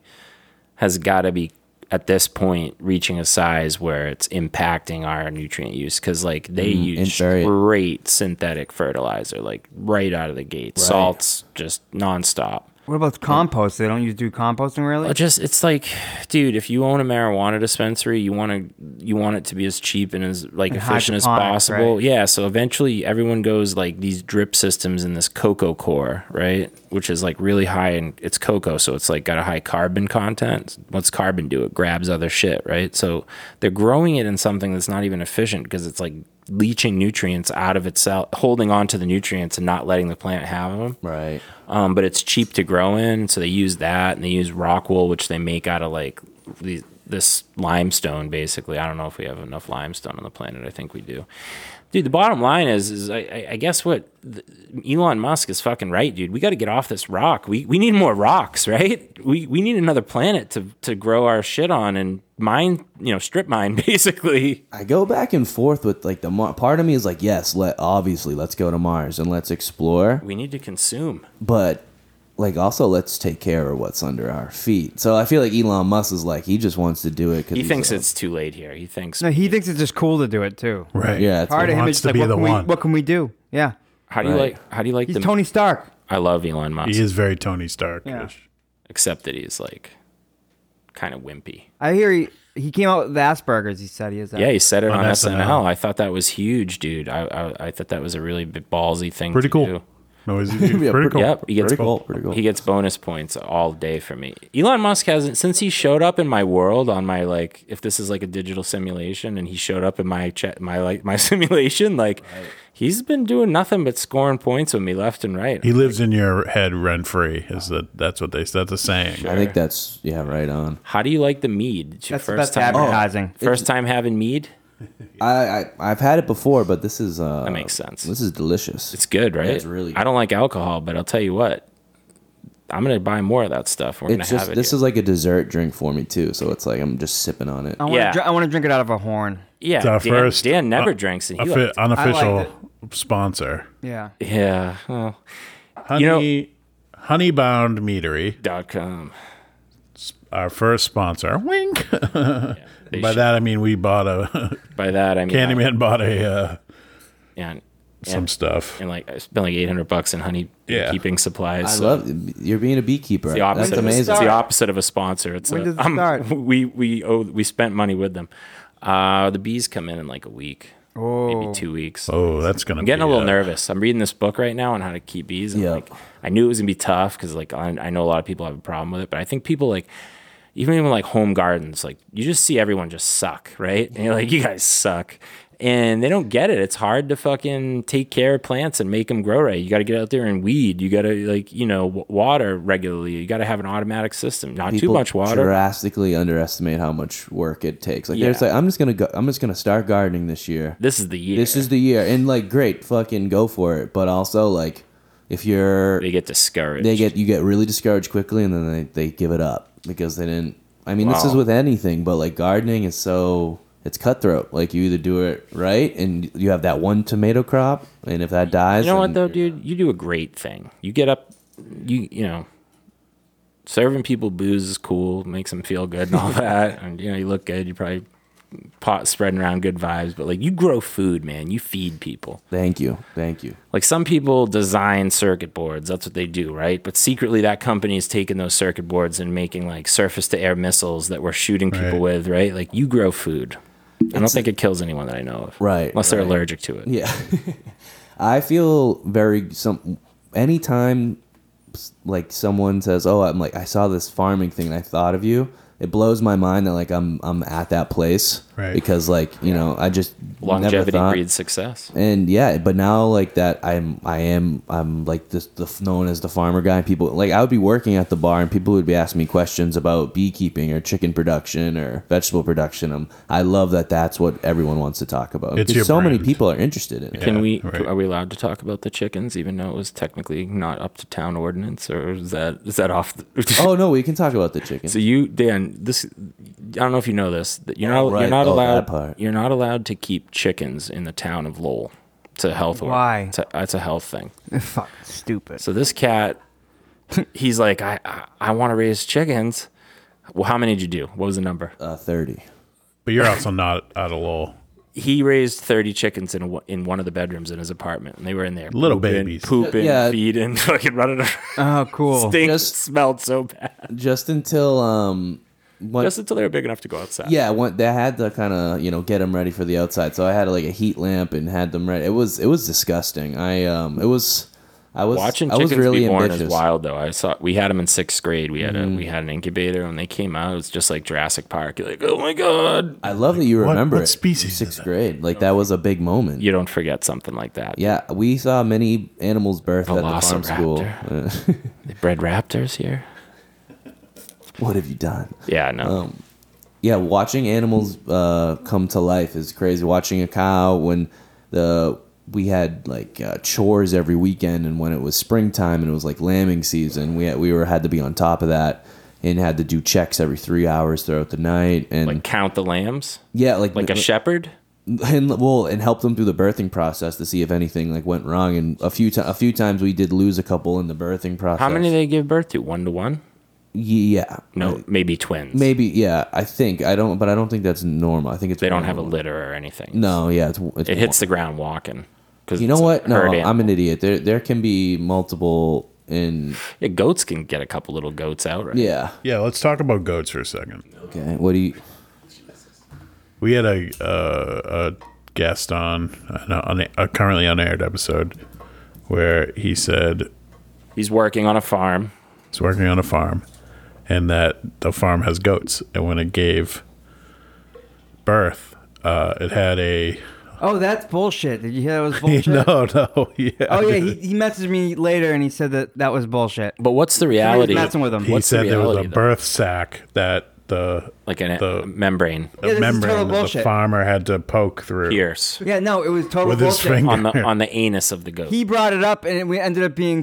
has got to be at this point reaching a size where it's impacting our nutrient use because like they
Mm,
use
it's very-
straight synthetic fertilizer like right out of the gate
Right.
salts just nonstop
What about compost? They don't use do composting really.
Well, just it's like, dude, if you own a marijuana dispensary, you want to you want it to be as cheap and as like
And
efficient as
hydroponic,
possible.
right?
Yeah. So eventually, everyone goes like these drip systems in this cocoa core, right? Which is like really high and it's cocoa, so it's like got a high carbon content. What's carbon do? It grabs other shit, right? So they're growing it in something that's not even efficient because it's like leaching nutrients out of itself, holding on to the nutrients and not letting the plant have them.
Right.
Um, but it's cheap to grow in, so they use that, and they use rock wool, which they make out of like the, this limestone. Basically, I don't know if we have enough limestone on the planet. I think we do. Dude, the bottom line is, is I, I, I guess what th- Elon Musk is fucking right, dude. We got to get off this rock. We we need more rocks, right? We we need another planet to to grow our shit on and mine, you know, strip mine basically.
I go back and forth with like the Mar- part of me is like, yes, let obviously let's go to Mars and let's explore,
We need to consume.
but like also let's take care of what's under our feet. So I feel like Elon Musk is like he just wants to do it because
He thinks it's too late here. He thinks
uh, No, he thinks it's just cool to do it too.
Right. Yeah, it's-
Part
He
of him
wants
is
to
like,
be
what
the
can, we,
one.
what can we do? Yeah.
How do you
Right.
like? How do you like
He's
the
Tony Stark.
I love Elon Musk.
He is very Tony Stark.
Yeah.
Except that he's like kind of wimpy.
I hear he he came out with Asperger's. He said he is.
Yeah, he said
Oh,
it on,
On
SNL.
SNL.
I thought that was huge, dude. I I, I thought that was a really big ballsy thing.
Pretty
to
cool.
do.
No, he's- he's Yeah, pretty pretty- cool.
Yep, he gets
Pretty cool, pretty cool.
He gets bonus points all day for me. Elon Musk hasn't since he showed up in my world on my like if this is like a digital simulation and he showed up in my chat my like my simulation like he's been doing nothing but scoring points with me left and right.
He lives in your head rent free. Is that that's what they that's a saying.
I think
that's yeah, right on.
How do you like the mead?
That's the best advertising.
Oh, first time having mead.
I, I I've had it before, but this is uh, that makes
sense.
This is delicious.
It's good, right?
it's really.
I don't like alcohol, but I'll tell you what, I'm gonna buy more of that stuff. We're
It's
gonna
just
have it.
this is like a dessert drink for me too, so it's like I'm just sipping on it.
I want to I want to drink it out of a horn.
Yeah,
It's our
Dan-
first
Dan never
uh,
drinks it. He
offi-
liked it.
unofficial
I liked
sponsor.
Yeah.
Yeah.
honey, Honeybound Meadery
dot com.
Our first sponsor. Wink.
they
By
should-
that I mean we bought a.
By that I mean
Candyman
I-
bought a. Uh,
yeah, and-
some
and-
stuff.
And like I spent like eight hundred bucks in honey
Yeah.
keeping supplies.
I
so
love you're being a beekeeper.
It's the opposite.
That's
of a-
amazing.
It's the opposite of a sponsor. It's
When
a,
does it
I'm-
start?
We we owe, we spent money with them. Uh, the bees come in in like a week, maybe
Oh.
two weeks.
Oh, that's gonna.
I'm getting a
be
little
a-
nervous. I'm reading this book right now on how to keep bees. And like, I knew it was gonna be tough because like I, I know a lot of people have a problem with it, but I think people like even even like home gardens, like you just see everyone just suck, right? And you're like, you guys suck. And they don't get it. It's hard to fucking take care of plants and make them grow right. You got to get out there and weed. You got to like you know w- water regularly. You got to have an automatic system, not too
People
much water.
Drastically underestimate how much work it takes. Like there's
Yeah.
like I'm just gonna go. I'm just gonna start gardening this year.
This is the year.
This is the year, and like great, fucking go for it. But also like, if you're
they get discouraged.
They get you get really discouraged quickly, and then they they give it up because they didn't. I mean, this
Wow.
is with anything, but like gardening is so it's cutthroat. Like you either do it right, and you have that one tomato crop, and if that dies,
You know what
then-
though, dude? You do a great thing. You get up, you you know, serving people booze is cool, makes them feel good and all that, and you know you look good. You probably pot spreading around good vibes, but like you grow food, man. You feed people.
Thank you, thank you.
Like some people design circuit boards, that's what they do, right? But secretly, that company is taking those circuit boards and making like surface to air missiles that we're shooting people
Right.
with, right? Like you grow food. I don't
It's-
think it kills anyone that I know of,
Right,
Unless they're
right.
allergic to it.
Yeah. I feel very some anytime like someone says, "Oh, I'm like I saw this farming thing and I thought of you." It blows my mind that like I'm I'm at that place
Right.
because like, you know, I just never
Longevity
thought.
breeds success.
And yeah, but now like that, I'm I am I'm like this the known as the farmer guy. People like I would be working at the bar and people would be asking me questions about beekeeping or chicken production or vegetable production. Um, I love that. That's what everyone wants to talk about.
It's
because
your
so many
brand.
people are interested in it.
Can we? Are we allowed to talk about the chickens, even though it was technically not up to town ordinance, or is that is that off? The,
oh no, we can talk about the chicken.
so you, Dan, this I don't know if you know this. That you're
Oh,
not
right.
you're not
Oh, that
allowed
part.
you're not allowed to keep chickens in the town of Lowell. It's a health order.
Why?
It's a, it's a health thing.
Fuck, stupid.
So this cat, he's like, I I, I want to raise chickens. Well, how many did you do? What was the number?
Uh, thirty.
But you're also not out of Lowell.
He raised thirty chickens in one- in one of the bedrooms in his apartment, and they were in there
Little
pooping,
babies.
pooping,
Yeah.
feeding, fucking running around.
Oh, cool.
Stink smelled so bad.
Just until um, when,
Just until they were big enough to go outside.
yeah, when, they had to kind of you know get them ready for the outside. So I had like a heat lamp and had them ready. It was it was disgusting. I um, it was I was
Watching
I
chickens
was really
be born is
ambitious.
wild, though. I saw we had them in sixth grade. We had a
Mhm.
we had an incubator, and they came out. It was just like Jurassic Park. You're like, oh my god!
I love that you
What-
remember
what
it. Species sixth grade, like that was a big moment.
You don't forget something like that.
Yeah, we saw many animals birth at the farm school.
Velociraptor. they bred raptors here.
What have you done?
Yeah, no.
Um, yeah, watching animals uh, come to life is crazy. Watching a cow when the we had like uh, chores every weekend, and when it was springtime and it was like lambing season, we had, we were had to be on top of that and had to do checks every three hours throughout the night and like
count the lambs.
Yeah, like
Like a shepherd.
and well, and help them through the birthing process to see if anything like went wrong. And a few ti a few times we did lose a couple in the birthing process.
How many do they give birth to? One to one?
Yeah.
No, maybe twins.
Maybe yeah. I think I don't, but I don't think that's normal. I think it's
They don't
one-
have a litter or anything.
No, yeah, it's, it's
It hits the ground walking. 'cause
You know
it's a
what? No,
herd animal.
I'm an idiot. There there can be multiple in.
Yeah, goats can get a couple little goats out, right?
Yeah.
Yeah, let's talk about goats for a second.
Okay. What do you?
We had a uh, a guest on an un- a currently unaired episode where he said
he's working on a farm.
He's working on a farm, and that the farm has goats. And when it gave birth, uh, it had a
Oh, that's bullshit. Did you hear that was bullshit?
no, no, yeah.
Oh yeah, he, he messaged me later and he said that that was bullshit.
But what's the
reality? messing with him.
He
What's the
said there was a
reality, though?
birth sack that the
like an,
the
membrane,
the
Yeah, this is total
membrane that the
bullshit.
farmer had to poke through,
pierce
Yeah, no, it was total
with his
bullshit.
finger
on the on the anus of the goat.
He brought it up, and we ended up being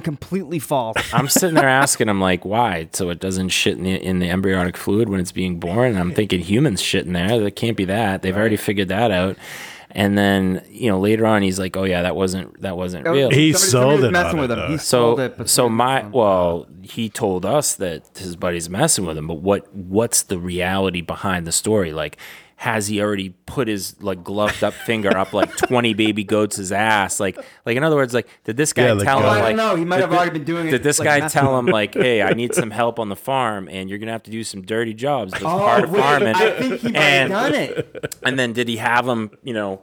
completely false.
I'm sitting there asking him like, why? So it doesn't shit in the, in the embryonic fluid when it's being born. And I'm thinking humans shit in there. That can't be that. They've already figured that out. And then you know later on, he's like, oh yeah, that wasn't that wasn't
That was-
real.
He somebody- sold somebody was it messing on with it, him. He though. sold
so
it, but
so my well, he told us that his buddy's messing with him. But what what's the reality behind the story? Like. Has he already put his like gloved up finger up like twenty baby goats' his ass? Like, like in other words, like did this guy
Yeah, like,
uh,
tell him?
Well, I
like,
don't know. He might
did
have
thi-
already been doing it,
Did this
like,
guy
messing
tell him
with him.
like, hey, I need some help on the farm, and you're gonna have to do some dirty jobs. That's
Oh,
part of
wait,
farming.
I think he might have
and,
done
it. And then did he have him? You know,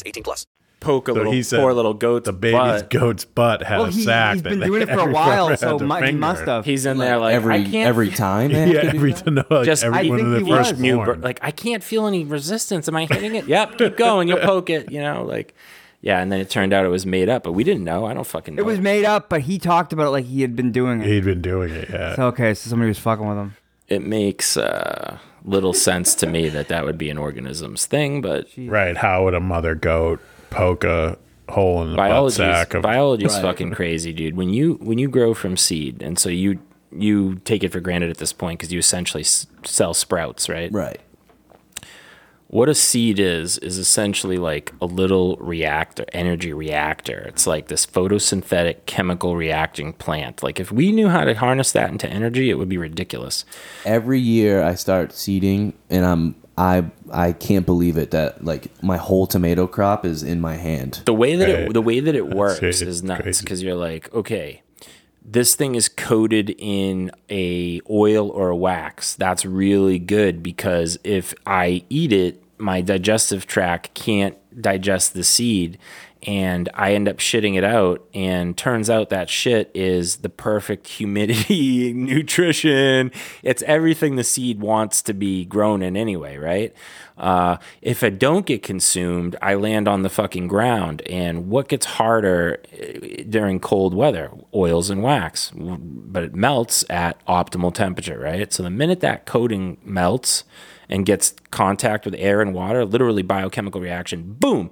18 plus.
poke a
So
little
he said
poor little goat's
the baby's
butt.
goat's butt had
Well,
a
he-
sack.
he's
that
been
they-
doing it for a
everyone
while,
had
so
to
mi- he
finger.
must have. He's in there like,
every
I can't-
every time. eh?
Yeah, every time. No, like,
Just
every
I
one
think
of the
you
first
each new
born.
birth- like I can't feel any resistance. Am I hitting it? yep, keep going. You'll poke it. You know, like yeah. And then it turned out it was made up, but we didn't know. I don't fucking know.
It was made up, but he talked about it like he had been doing it.
He'd been doing it. Yeah.
So okay, so somebody was fucking with him.
it makes uh, little sense to me that that would be an organism's thing, but
right? How would a mother goat poke a hole in the butt
biology's,
sack? Of,
biology's fucking crazy, dude. When you when you grow from seed, and so you you take it for granted at this point because you essentially s- sell sprouts, right?
Right.
What a seed is is essentially like a little reactor, energy reactor. It's like this photosynthetic chemical reacting plant. Like if we knew how to harness that into energy, it would be ridiculous.
Every year I start seeding, and I'm I I can't believe it that like my whole tomato crop is in my hand.
The way that
Right.
it the way that it
That's
works
it.
is nuts because you're like, okay, this thing is coated in a oil or a wax. That's really good because if I eat it, my digestive tract can't digest the seed and I end up shitting it out and turns out that shit is the perfect humidity, nutrition. It's everything the seed wants to be grown in anyway, right? Uh, if I don't get consumed, I land on the fucking ground. And what gets harder eh, during cold weather? Oils and wax. But it melts at optimal temperature, right? So the minute that coating melts and gets contact with air and water, literally biochemical reaction, boom,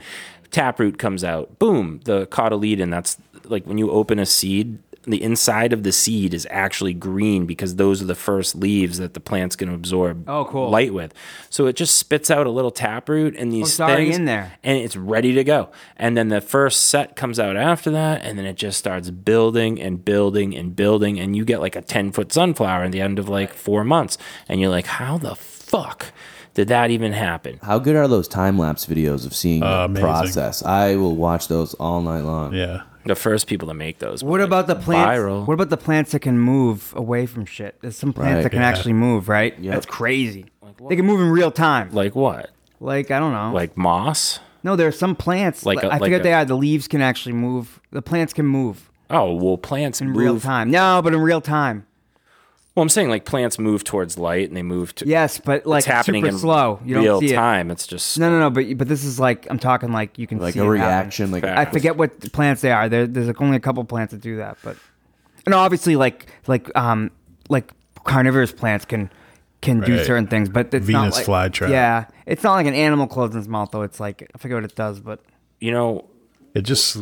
taproot comes out. Boom, the cotyledon. That's like when you open a seed, the inside of the seed is actually green because those are the first leaves that the plant's going to absorb
Oh, cool.
light with. So it just spits out a little taproot and these
it's already
things
in there.
and it's ready to go. And then the first set comes out after that, and then it just starts building and building and building, and you get like a 10 foot sunflower at the end of like four months. And you're like, how the fuck did that even happen?
How good are those time lapse videos of seeing
Uh,
the
amazing.
process? I will watch those all night long.
Yeah.
The first people to make those.
What about the plants?
Viral.
What about the plants that can move away from shit? There's some plants
Right.
that can
Yeah.
actually move, right?
Yep.
That's crazy. they can move in real time.
Like what?
Like I don't know.
Like moss?
no, there are some plants.
Like
Like,
a-
I
like
forget
a-
they are. The leaves can actually move. The plants can move
Oh, well, plants
in
move.
real time. No, but in real time.
Well, I'm saying like plants move towards light and they move to.
Yes, but like
it's happening
super
in
slow. You don't
real
see it.
time. It's just
No, no, no. But but this is like I'm talking like you can
Like
see
a
it happen.
reaction, like-
I forget what plants they are. There, there's like only a couple plants that do that, but and obviously like like um like carnivorous plants can can do
Right.
certain things, but it's
Venus
not like,
flytrap.
Yeah, it's not like an animal closes its mouth though. It's like I forget what it does, but
you know,
it just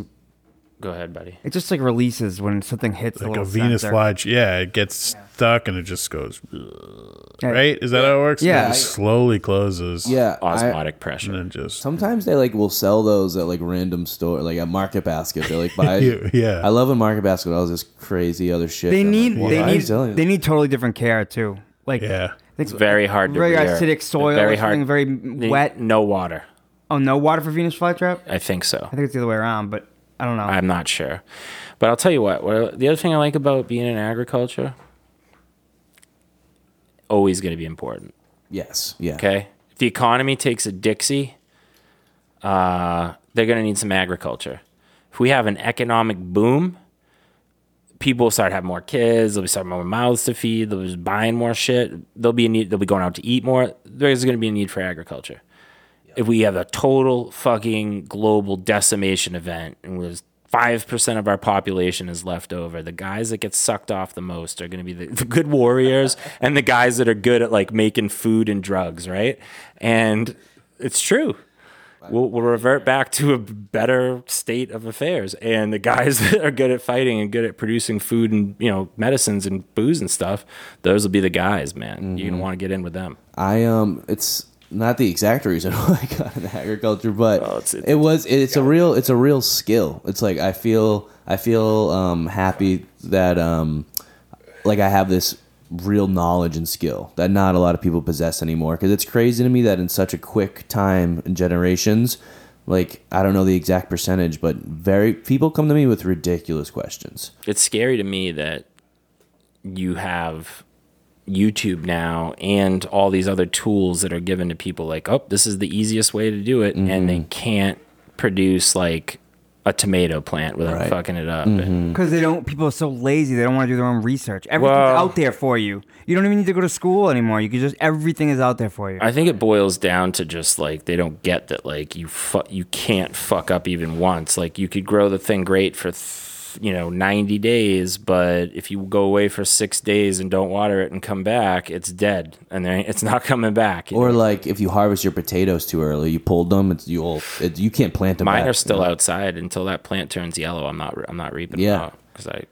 Go ahead, buddy.
it just like releases when something hits the
like a
little
Venus
sensor.
flytrap. Yeah, it gets stuck and it just goes. right? Is that how it works?
Yeah.
It just slowly closes.
Yeah, Osmotic
pressure.
And then just
Sometimes they like will sell those at like random store, like at Market Basket. They're like buy.
Yeah.
I love in Market Basket all this crazy other shit.
They
I'm like,
need
"Why
they
are you
need
selling
they need totally different care too. Like
yeah,
It's very hard to
very
rear.
acidic soil,
Very hard.
something very
They-
wet.
No water.
Oh, no water for Venus flytrap.
I think so.
I think it's the other way around, but I don't know.
I'm not sure. But I'll tell you what, what the other thing I like about being in agriculture, always going to be important.
Yes. Yeah.
Okay. If the economy takes a Dixie, uh, they're going to need some agriculture. If we have an economic boom, people will start having more kids. They'll be starting more mouths to feed. They'll be just buying more shit. They'll be a need. They'll be going out to eat more. There's going to be a need for agriculture. If we have a total fucking global decimation event and there's five percent of our population is left over, the guys that get sucked off the most are going to be the, the good warriors and the guys that are good at like making food and drugs, right? And it's true we'll, we'll revert back to a better state of affairs. And the guys that are good at fighting and good at producing food and you know medicines and booze and stuff, those will be the guys, man. You're gonna want to get in with them.
I um, it's not the exact reason why I got into agriculture, but it was Oh, it's a real it's a real skill. It's like I feel I feel um happy that um like I have this real knowledge and skill that not a lot of people possess anymore. Because it's crazy to me that in such a quick time and generations. Like I don't know the exact percentage, but very people come to me with ridiculous questions.
It's scary to me that you have YouTube now and all these other tools that are given to people like, oh, this is the easiest way to do it, and they can't produce like a tomato plant without
Right. Mm-hmm.
fucking it up.
Because they don't. People are so lazy. They don't want to do their own research. Everything's
Well-
out there for you. You don't even need to go to school anymore. You can just everything is out there for you.
I think it boils down to just like they don't get that like you fu- you can't fuck up even once. Like you could grow the thing great for th- you know 90 days, but if you go away for 6 days and don't water it and come back, it's dead and there ain't- it's not coming back.
Or like if you harvest your potatoes too early, you pulled them. It's you all it, you can't plant them.
Mine
back,
are
you
still
know?
outside until that plant turns yellow. I'm not re- I'm not reaping
Yeah.
them out cuz I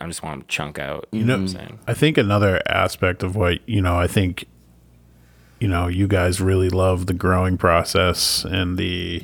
I just want them to chunk out,
You know,
what I'm saying?
I think another aspect of what you know, I think, you know, you guys really love the growing process and the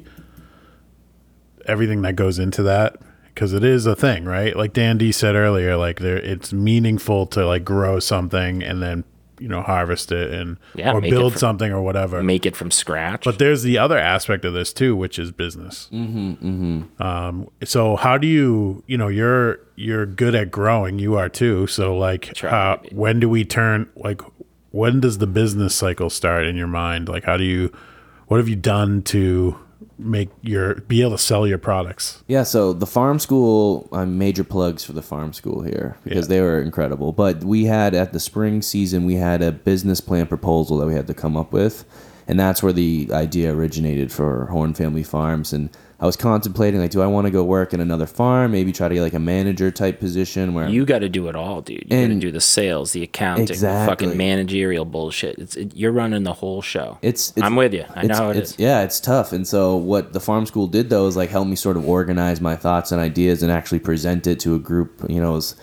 everything that goes into that because it is a thing, right? Like Dan D said earlier, like there, it's meaningful to like grow something and then you know harvest it and
Yeah,
or
make it
build
from-
something or whatever.
Make it from scratch.
But there's the other aspect of this too, which is business.
Mm-hmm, mm-hmm.
Um, so how do you, you know, you're you're good at growing, you are too. So like, uh, when do we turn? Like, when does the business cycle start in your mind? Like, how do you, what have you done to make your be able to sell your products?
Yeah, so the farm school, I'm major plugs for the farm school here because they were incredible. But we had at the spring season, we had a business plan proposal that we had to come up with. And that's where the idea originated for Horn Family Farms. And I was contemplating, like, do I want to go work in another farm? Maybe try to get like a manager type position where
You got to do it all, dude. You got to
And-
do the sales, the accounting, the
Exactly.
fucking managerial bullshit. It's it, you're running the whole show.
It's, it's
I'm with you. I know
it's,
how it
it's,
is.
Yeah, it's tough. And so what the farm school did though is like help me sort of organize my thoughts and ideas and actually present it to a group, you know, it was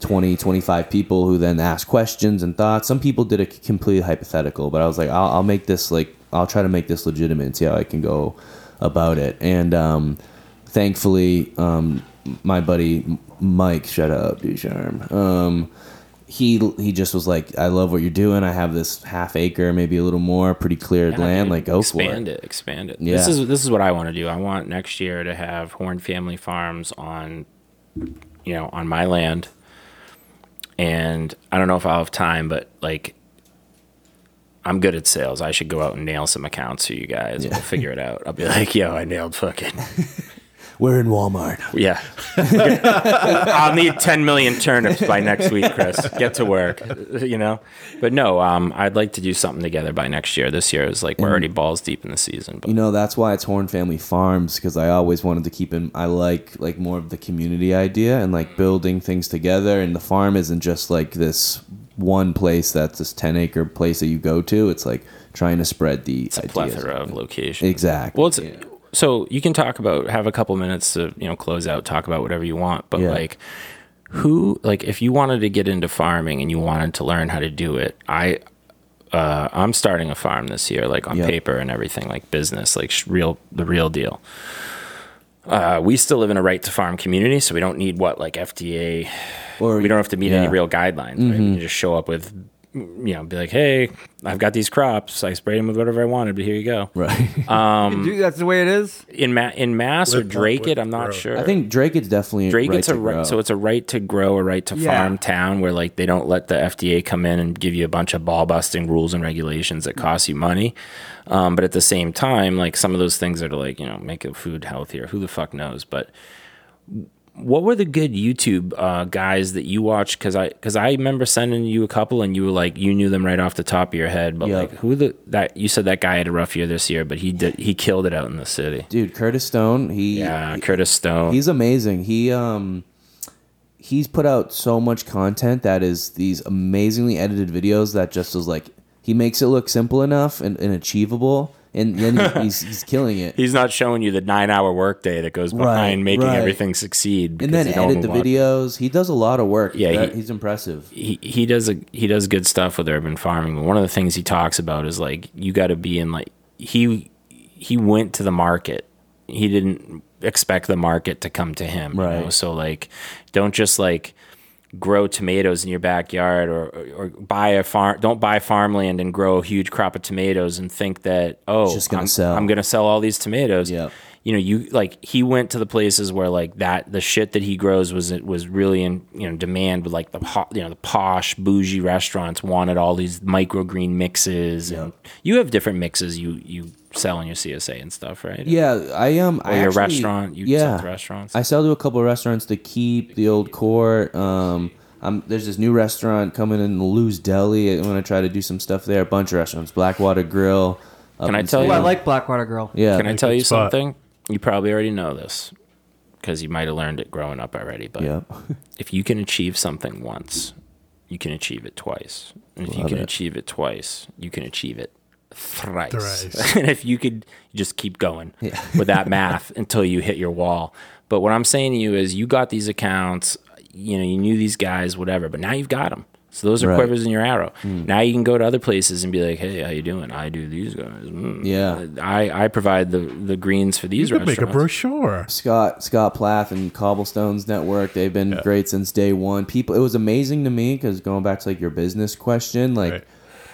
20, 25 people who then asked questions and thoughts. Some people did a complete hypothetical, but I was like, I'll, I'll make this like, I'll try to make this legitimate and see how I can go about it. And, um, thankfully, um, my buddy M- Mike, shut up, Ducharme. Um, he he just was like, I love what you're doing. I have this half acre, maybe a little more, pretty cleared
Yeah,
land.
dude.
Like, go for
expand
it.
it. Expand it.
Yeah.
This is this is what I want to do. I want next year to have Horn Family Farms on, you know, on my land. And I don't know if I'll have time, but like, I'm good at sales. I should go out and nail some accounts for you guys. We'll figure it out. I'll be like, yo, I nailed fucking
We're in Walmart.
Yeah. I'll need 10 million turnips by next week, Chris. Get to work, you know? But no, um, I'd like to do something together by next year. This year is
Mm.
like, we're already balls deep in the season. But
You know, that's why it's Horn Family Farms because I always wanted to keep in. I like like more of the community idea and
Mm-hmm.
like building things together. And the farm isn't just like this one place that's this ten acre place that you go to. It's like trying to spread the it's ideas.
plethora of locations.
Exactly.
Well, it's, so you can talk about, have a couple minutes to, you know, close out, talk about whatever you want. But
Yeah.
like, who, like, if you wanted to get into farming and you wanted to learn how to do it, I, uh, I'm starting a farm this year, like on paper and everything, like business, like sh- real, the real deal. Uh, we still live in a right to farm community, so we don't need what like FDA. Or we don't have to meet any
yeah.
real guidelines. Right? We
Mhm.
can just show up with, you know, be like, hey, I've got these crops. I sprayed them with whatever I wanted, but here you go. Right. Um,
Dude, that's the way it is.
In ma- in mass or Drake it, I'm not sure.
I think Drake is definitely
Drake,
right
it's a
to grow.
right, so it's a right to grow, a right to
Yeah.
farm town where like they don't let the FDA come in and give you a bunch of ball busting rules and regulations that cost you money. Um, but at the same time, like some of those things that are like you know make your food healthier. Who the fuck knows? But what were the good YouTube uh, guys that you watched? Because I because I remember sending you a couple and you were like you knew them right off the top of your head. But like who the that you said that guy had a rough year this year, but he did he killed it out in the city.
Dude, Curtis Stone, he
yeah, Curtis Stone.
He's amazing. He um he's put out so much content that is these amazingly edited videos that just is like he makes it look simple enough and, and achievable and then he, he's he's killing it.
He's not showing you the nine hour workday that goes behind
Right,
making
right.
everything succeed.
And then
because you don't
edit the
want-
videos. He does a lot of work.
Yeah,
That-
he-
he's impressive.
He, he does a, he does good stuff with urban farming, but one of the things he talks about is like you got to be in like he he went to the market. He didn't expect the market to come to him. you know? So like, don't just like grow tomatoes in your backyard or, or, or buy a farm don't buy farmland and grow a huge crop of tomatoes and think that oh
It's just gonna
I'm,
sell.
I'm gonna sell all these tomatoes you know you like he went to the places where like that the shit that he grows was was really in you know demand with like the ho- you know the posh bougie restaurants wanted all these microgreen mixes and you have different mixes you you sell in your CSA and stuff right
Yeah, I um,
Or
I
your
actually-
restaurant, you sell to restaurants?
I sell to a couple of restaurants. The Keep, the Old Court. Um, I'm, there's this new restaurant coming in, Lou's Deli. I'm gonna try to do some stuff there. A bunch of restaurants, Blackwater Grill. Uh, up
Can I
in
tell
Salem.
you?
Oh, Blackwater Grill.
Yeah.
Can I
Good
tell you
spot.
something? You probably already know this because you might have learned it growing up already. But if you can achieve something once, you can achieve it twice. And if you
Love
can
it.
achieve it twice, you can achieve it thrice.
Thrice.
and if you could just keep going with that math until you hit your wall. But what I'm saying to you is, you got these accounts, you know, you knew these guys, whatever. But now you've got them. So those are
Right. Hmm.
quivers in your arrow. Now you can go to other places and be like, "Hey, how you doing? I do these guys. Mm.
Yeah.
I, I provide the the greens for these restaurants.
brochure. Scott Scott Plath and Cobblestones Network. They've been great since day one. People, it was amazing to me because going back to like your business question, like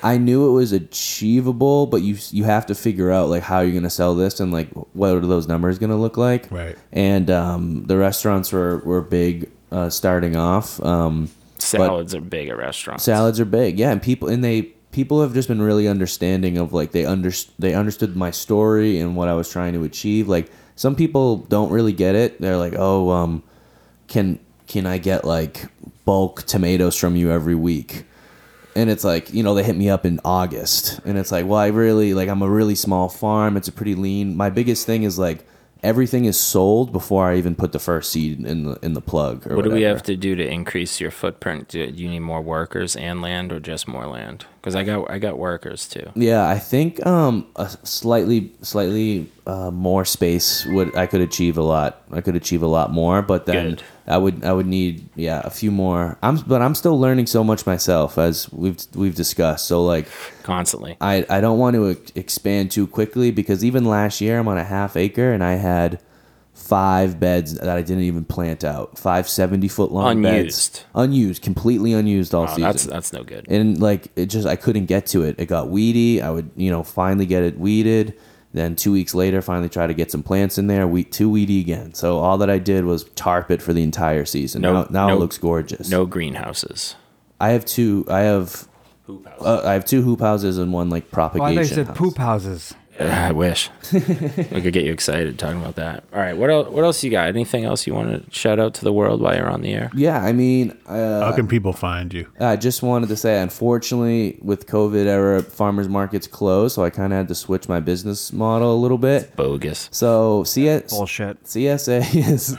I knew it was achievable, but you you have to figure out like how you're gonna sell this and like what are those numbers gonna look like. Right. And um, the restaurants were were big uh, starting off. Um, but-
Salads are big at restaurants.
Salads are big, yeah, and people and they people have just been really understanding of like they under they understood my story and what I was trying to achieve. Like some people don't really get it. They're like, oh, um, can can I get like bulk tomatoes from you every week? And it's like, you know, they hit me up in August. And it's like, well, I really, like, I'm a really small farm. It's a pretty lean. My biggest thing is like, everything is sold before I even put the first seed in the, in the plug. Or
What do we
whatever.
have to do to increase your footprint? Do do you need more workers and land, or just more land? Because I got I got workers too.
Yeah, I think um, a slightly slightly uh, more space would I could achieve a lot. I could achieve a lot more, but then
Good.
I would I would need yeah a few more. I'm but I'm still learning so much myself as we've we've discussed. So like
constantly,
I I don't want to ex- expand too quickly because even last year I'm on a half acre and I had five beds that I didn't even plant out. Five 70 foot long beds, unused, completely unused all
Oh,
season.
that's that's no good.
And like it just I couldn't get to it. It got weedy. I would, you know, finally get it weeded. Then two weeks later, finally try to get some plants in there. We too weedy again. So all that I did was tarp it for the entire season.
No-
now now
no-
it looks gorgeous.
No greenhouses.
I have two. I have. Uh, I have two hoop houses and one like
Why
propagation.
they said
house.
poop houses?
I wish we could get you excited talking about that. All right, what else? What else you got? Anything else you want to shout out to the world while you're on the air?
Yeah, I mean, uh,
How can
people find you? I just wanted to say, unfortunately, with COVID era, farmers markets closed, so I kind of had to switch my business model a little bit.
bogus.
So CS
bullshit.
CSA is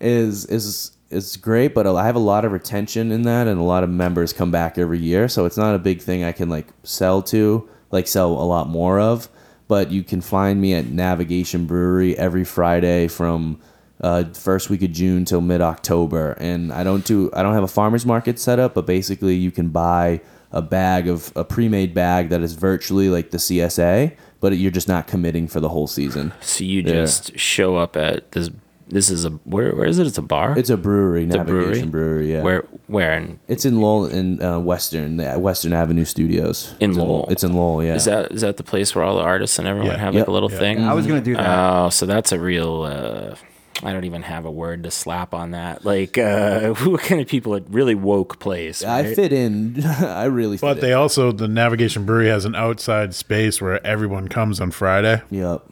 is is is great, but I have a lot of retention in that, and a lot of members come back every year, so it's not a big thing I can like sell to, like sell a lot more of. But you can find me at Navigation Brewery every Friday from uh, first week of June till mid October. And I don't do I don't have a farmers market set up, but basically you can buy a bag of a pre-made bag that is virtually like the CSA, but you're just not committing for the whole season.
So you
Yeah.
just show up at this. This is a where? Where is it? It's a bar.
It's a brewery,
It's a
navigation brewery. yeah.
Where? Where? In,
It's in Lowell in uh, Western, the Western Avenue Studios.
In
It's
Lowell.
It's in Lowell, yeah.
Is that is that the place where all the artists and everyone
Yeah.
have like
Yep.
a little
Yeah.
thing?
I was gonna do that.
Oh, so that's a real. Uh, I don't even have a word to slap on that. Like, uh, what kind of people? A really woke place. right?
in. I really.
But they also the Navigation Brewery has an outside space where everyone comes on Friday.
Yep.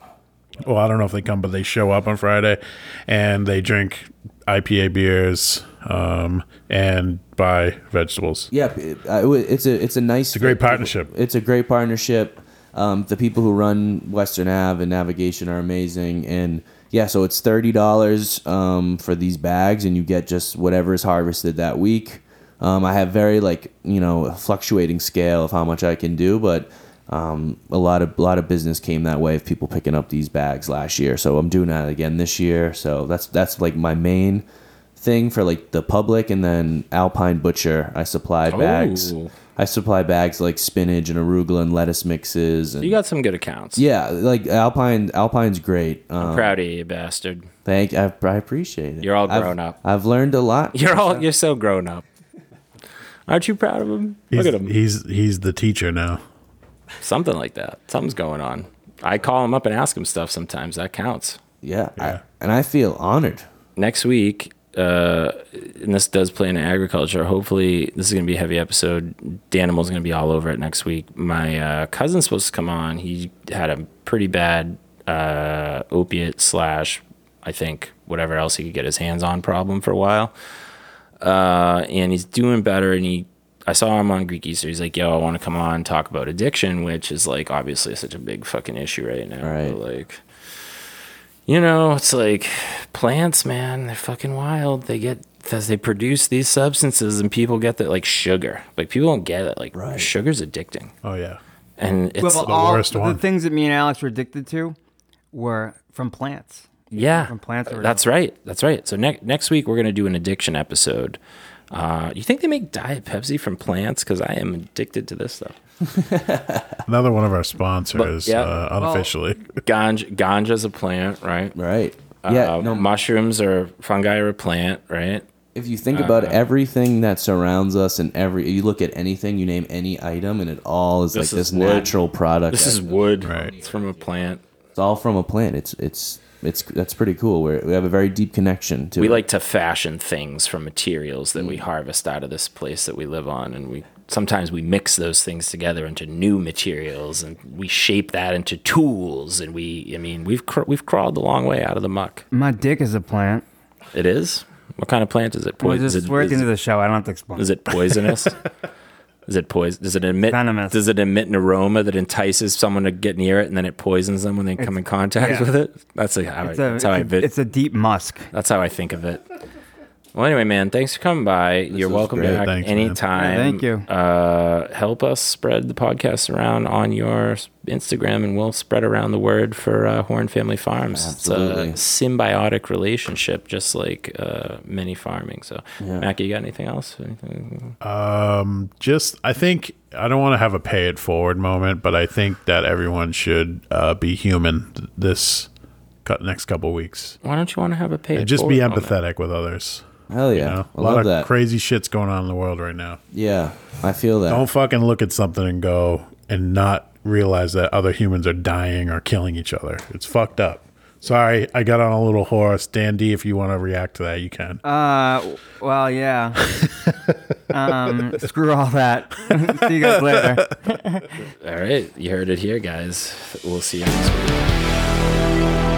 Well, I don't know if they come, but they show up on Friday, and they drink IPA beers um, and buy vegetables.
Yeah, it- I would- it's a it's a nice. It's a great partnership. It's a great partnership. Um, the people who run Western Ave and Navigation are amazing, and yeah, so it's thirty dollars um, for these bags, and you get just whatever is harvested that week. Um, I have very like you know a fluctuating scale of how much I can do, but um, a lot of a lot of business came that way of people picking up these bags last year. So I'm doing that again this year. So that's that's like my main thing for like the public and then Alpine Butcher. I supply bags.
Oh.
I supply bags like spinach and arugula and lettuce mixes. And
You got some good accounts.
yeah, like Alpine. Alpine's great. Um,
Proud of you, you bastard.
Thank. I, I appreciate it.
You're all
I've-
grown up.
I've learned a lot.
You're all you're so grown up. Aren't you proud of him? Look at him.
He's he's the teacher now.
Something like that. Something's going on. I call him up and ask him stuff sometimes. That counts.
Yeah. and I feel honored.
Next week, uh, and this does play into agriculture. Hopefully, this is going to be a heavy episode. Danimal's going to be all over it next week. My uh, cousin's supposed to come on. He had a pretty bad uh, opiate slash, I think, whatever else he could get his hands on problem for a while. uh, and he's doing better. And he, I saw him on Greek Easter. He's like, "Yo, I want to come on and talk about addiction, which is like obviously such a big fucking issue right now. But, like, you know, it's like plants, man. They're fucking wild. They get because they produce these substances, and people get that like sugar. Like people don't get it. Like sugar's addicting.
Oh yeah,
and it's
well, all The things that me and Alex were addicted to were from plants.
Yeah,
from plants. that were-
That's right. That's right. So next next week we're gonna do an addiction episode. Uh, you think they make diet Pepsi from plants? Because I am addicted to this stuff.
Another one of our sponsors,
yeah.
uh, unofficially.
Ganja, ganja's a plant, right?
Right.
Yeah. no, mushrooms or fungi are a plant, right?
If you think
uh,
about everything that surrounds us and every you look at anything, you name any item, and it all is
This
like
is
this
wood.
natural product.
This is wood. Right. It's from a plant.
It's all from a plant. It's it's it's that's pretty cool. We're, we have a very deep connection to.
we
it.
like to fashion things from materials that we
Mm.
harvest out of this place that we live on and we sometimes we mix those things together into new materials and we shape that into tools and we i mean we've cr- we've crawled a long way out of the muck
My dick is a plant.
it is what kind of plant is it
Well,
Poison?
just
is it,
work
is
into
it-
the show. I don't have to explain.
is it poisonous Is it poison? Does it emit?
Venomous.
Does it emit an aroma that entices someone to get near it, and then it poisons them when they come in contact
yeah.
with it? That's, like how, I,
It's a-
that's how I
it's a-
vi-
it's a deep musk.
That's how I think of it. Well, anyway, man, thanks for coming by. You're welcome
great.
back
Thanks, man.
anytime.
Yeah, thank you.
Uh, help us spread the podcast around on your Instagram, and we'll spread around the word for uh, Horn Family Farms.
Absolutely.
It's a symbiotic relationship, just like uh, mini farming. So, Mackie, you got anything else? Anything?
Um, just I think I don't want to have a pay it forward moment, but I think that everyone should uh, be human th- this cou- next couple weeks.
Why don't you want to have a pay?
And
it
just be
forward moment?
empathetic with others.
Hell yeah. I
a lot
love
of
that.
crazy shit's going on in the world right now.
Yeah, I feel that.
Don't fucking look at something and go and not realize that other humans are dying or killing each other. It's fucked up. Sorry, I got on a little horse. Dandy, if you want to react to that, you can.
Uh, well, yeah. um, screw all that. See you guys later.
All right, you heard it here, guys. We'll see you next week.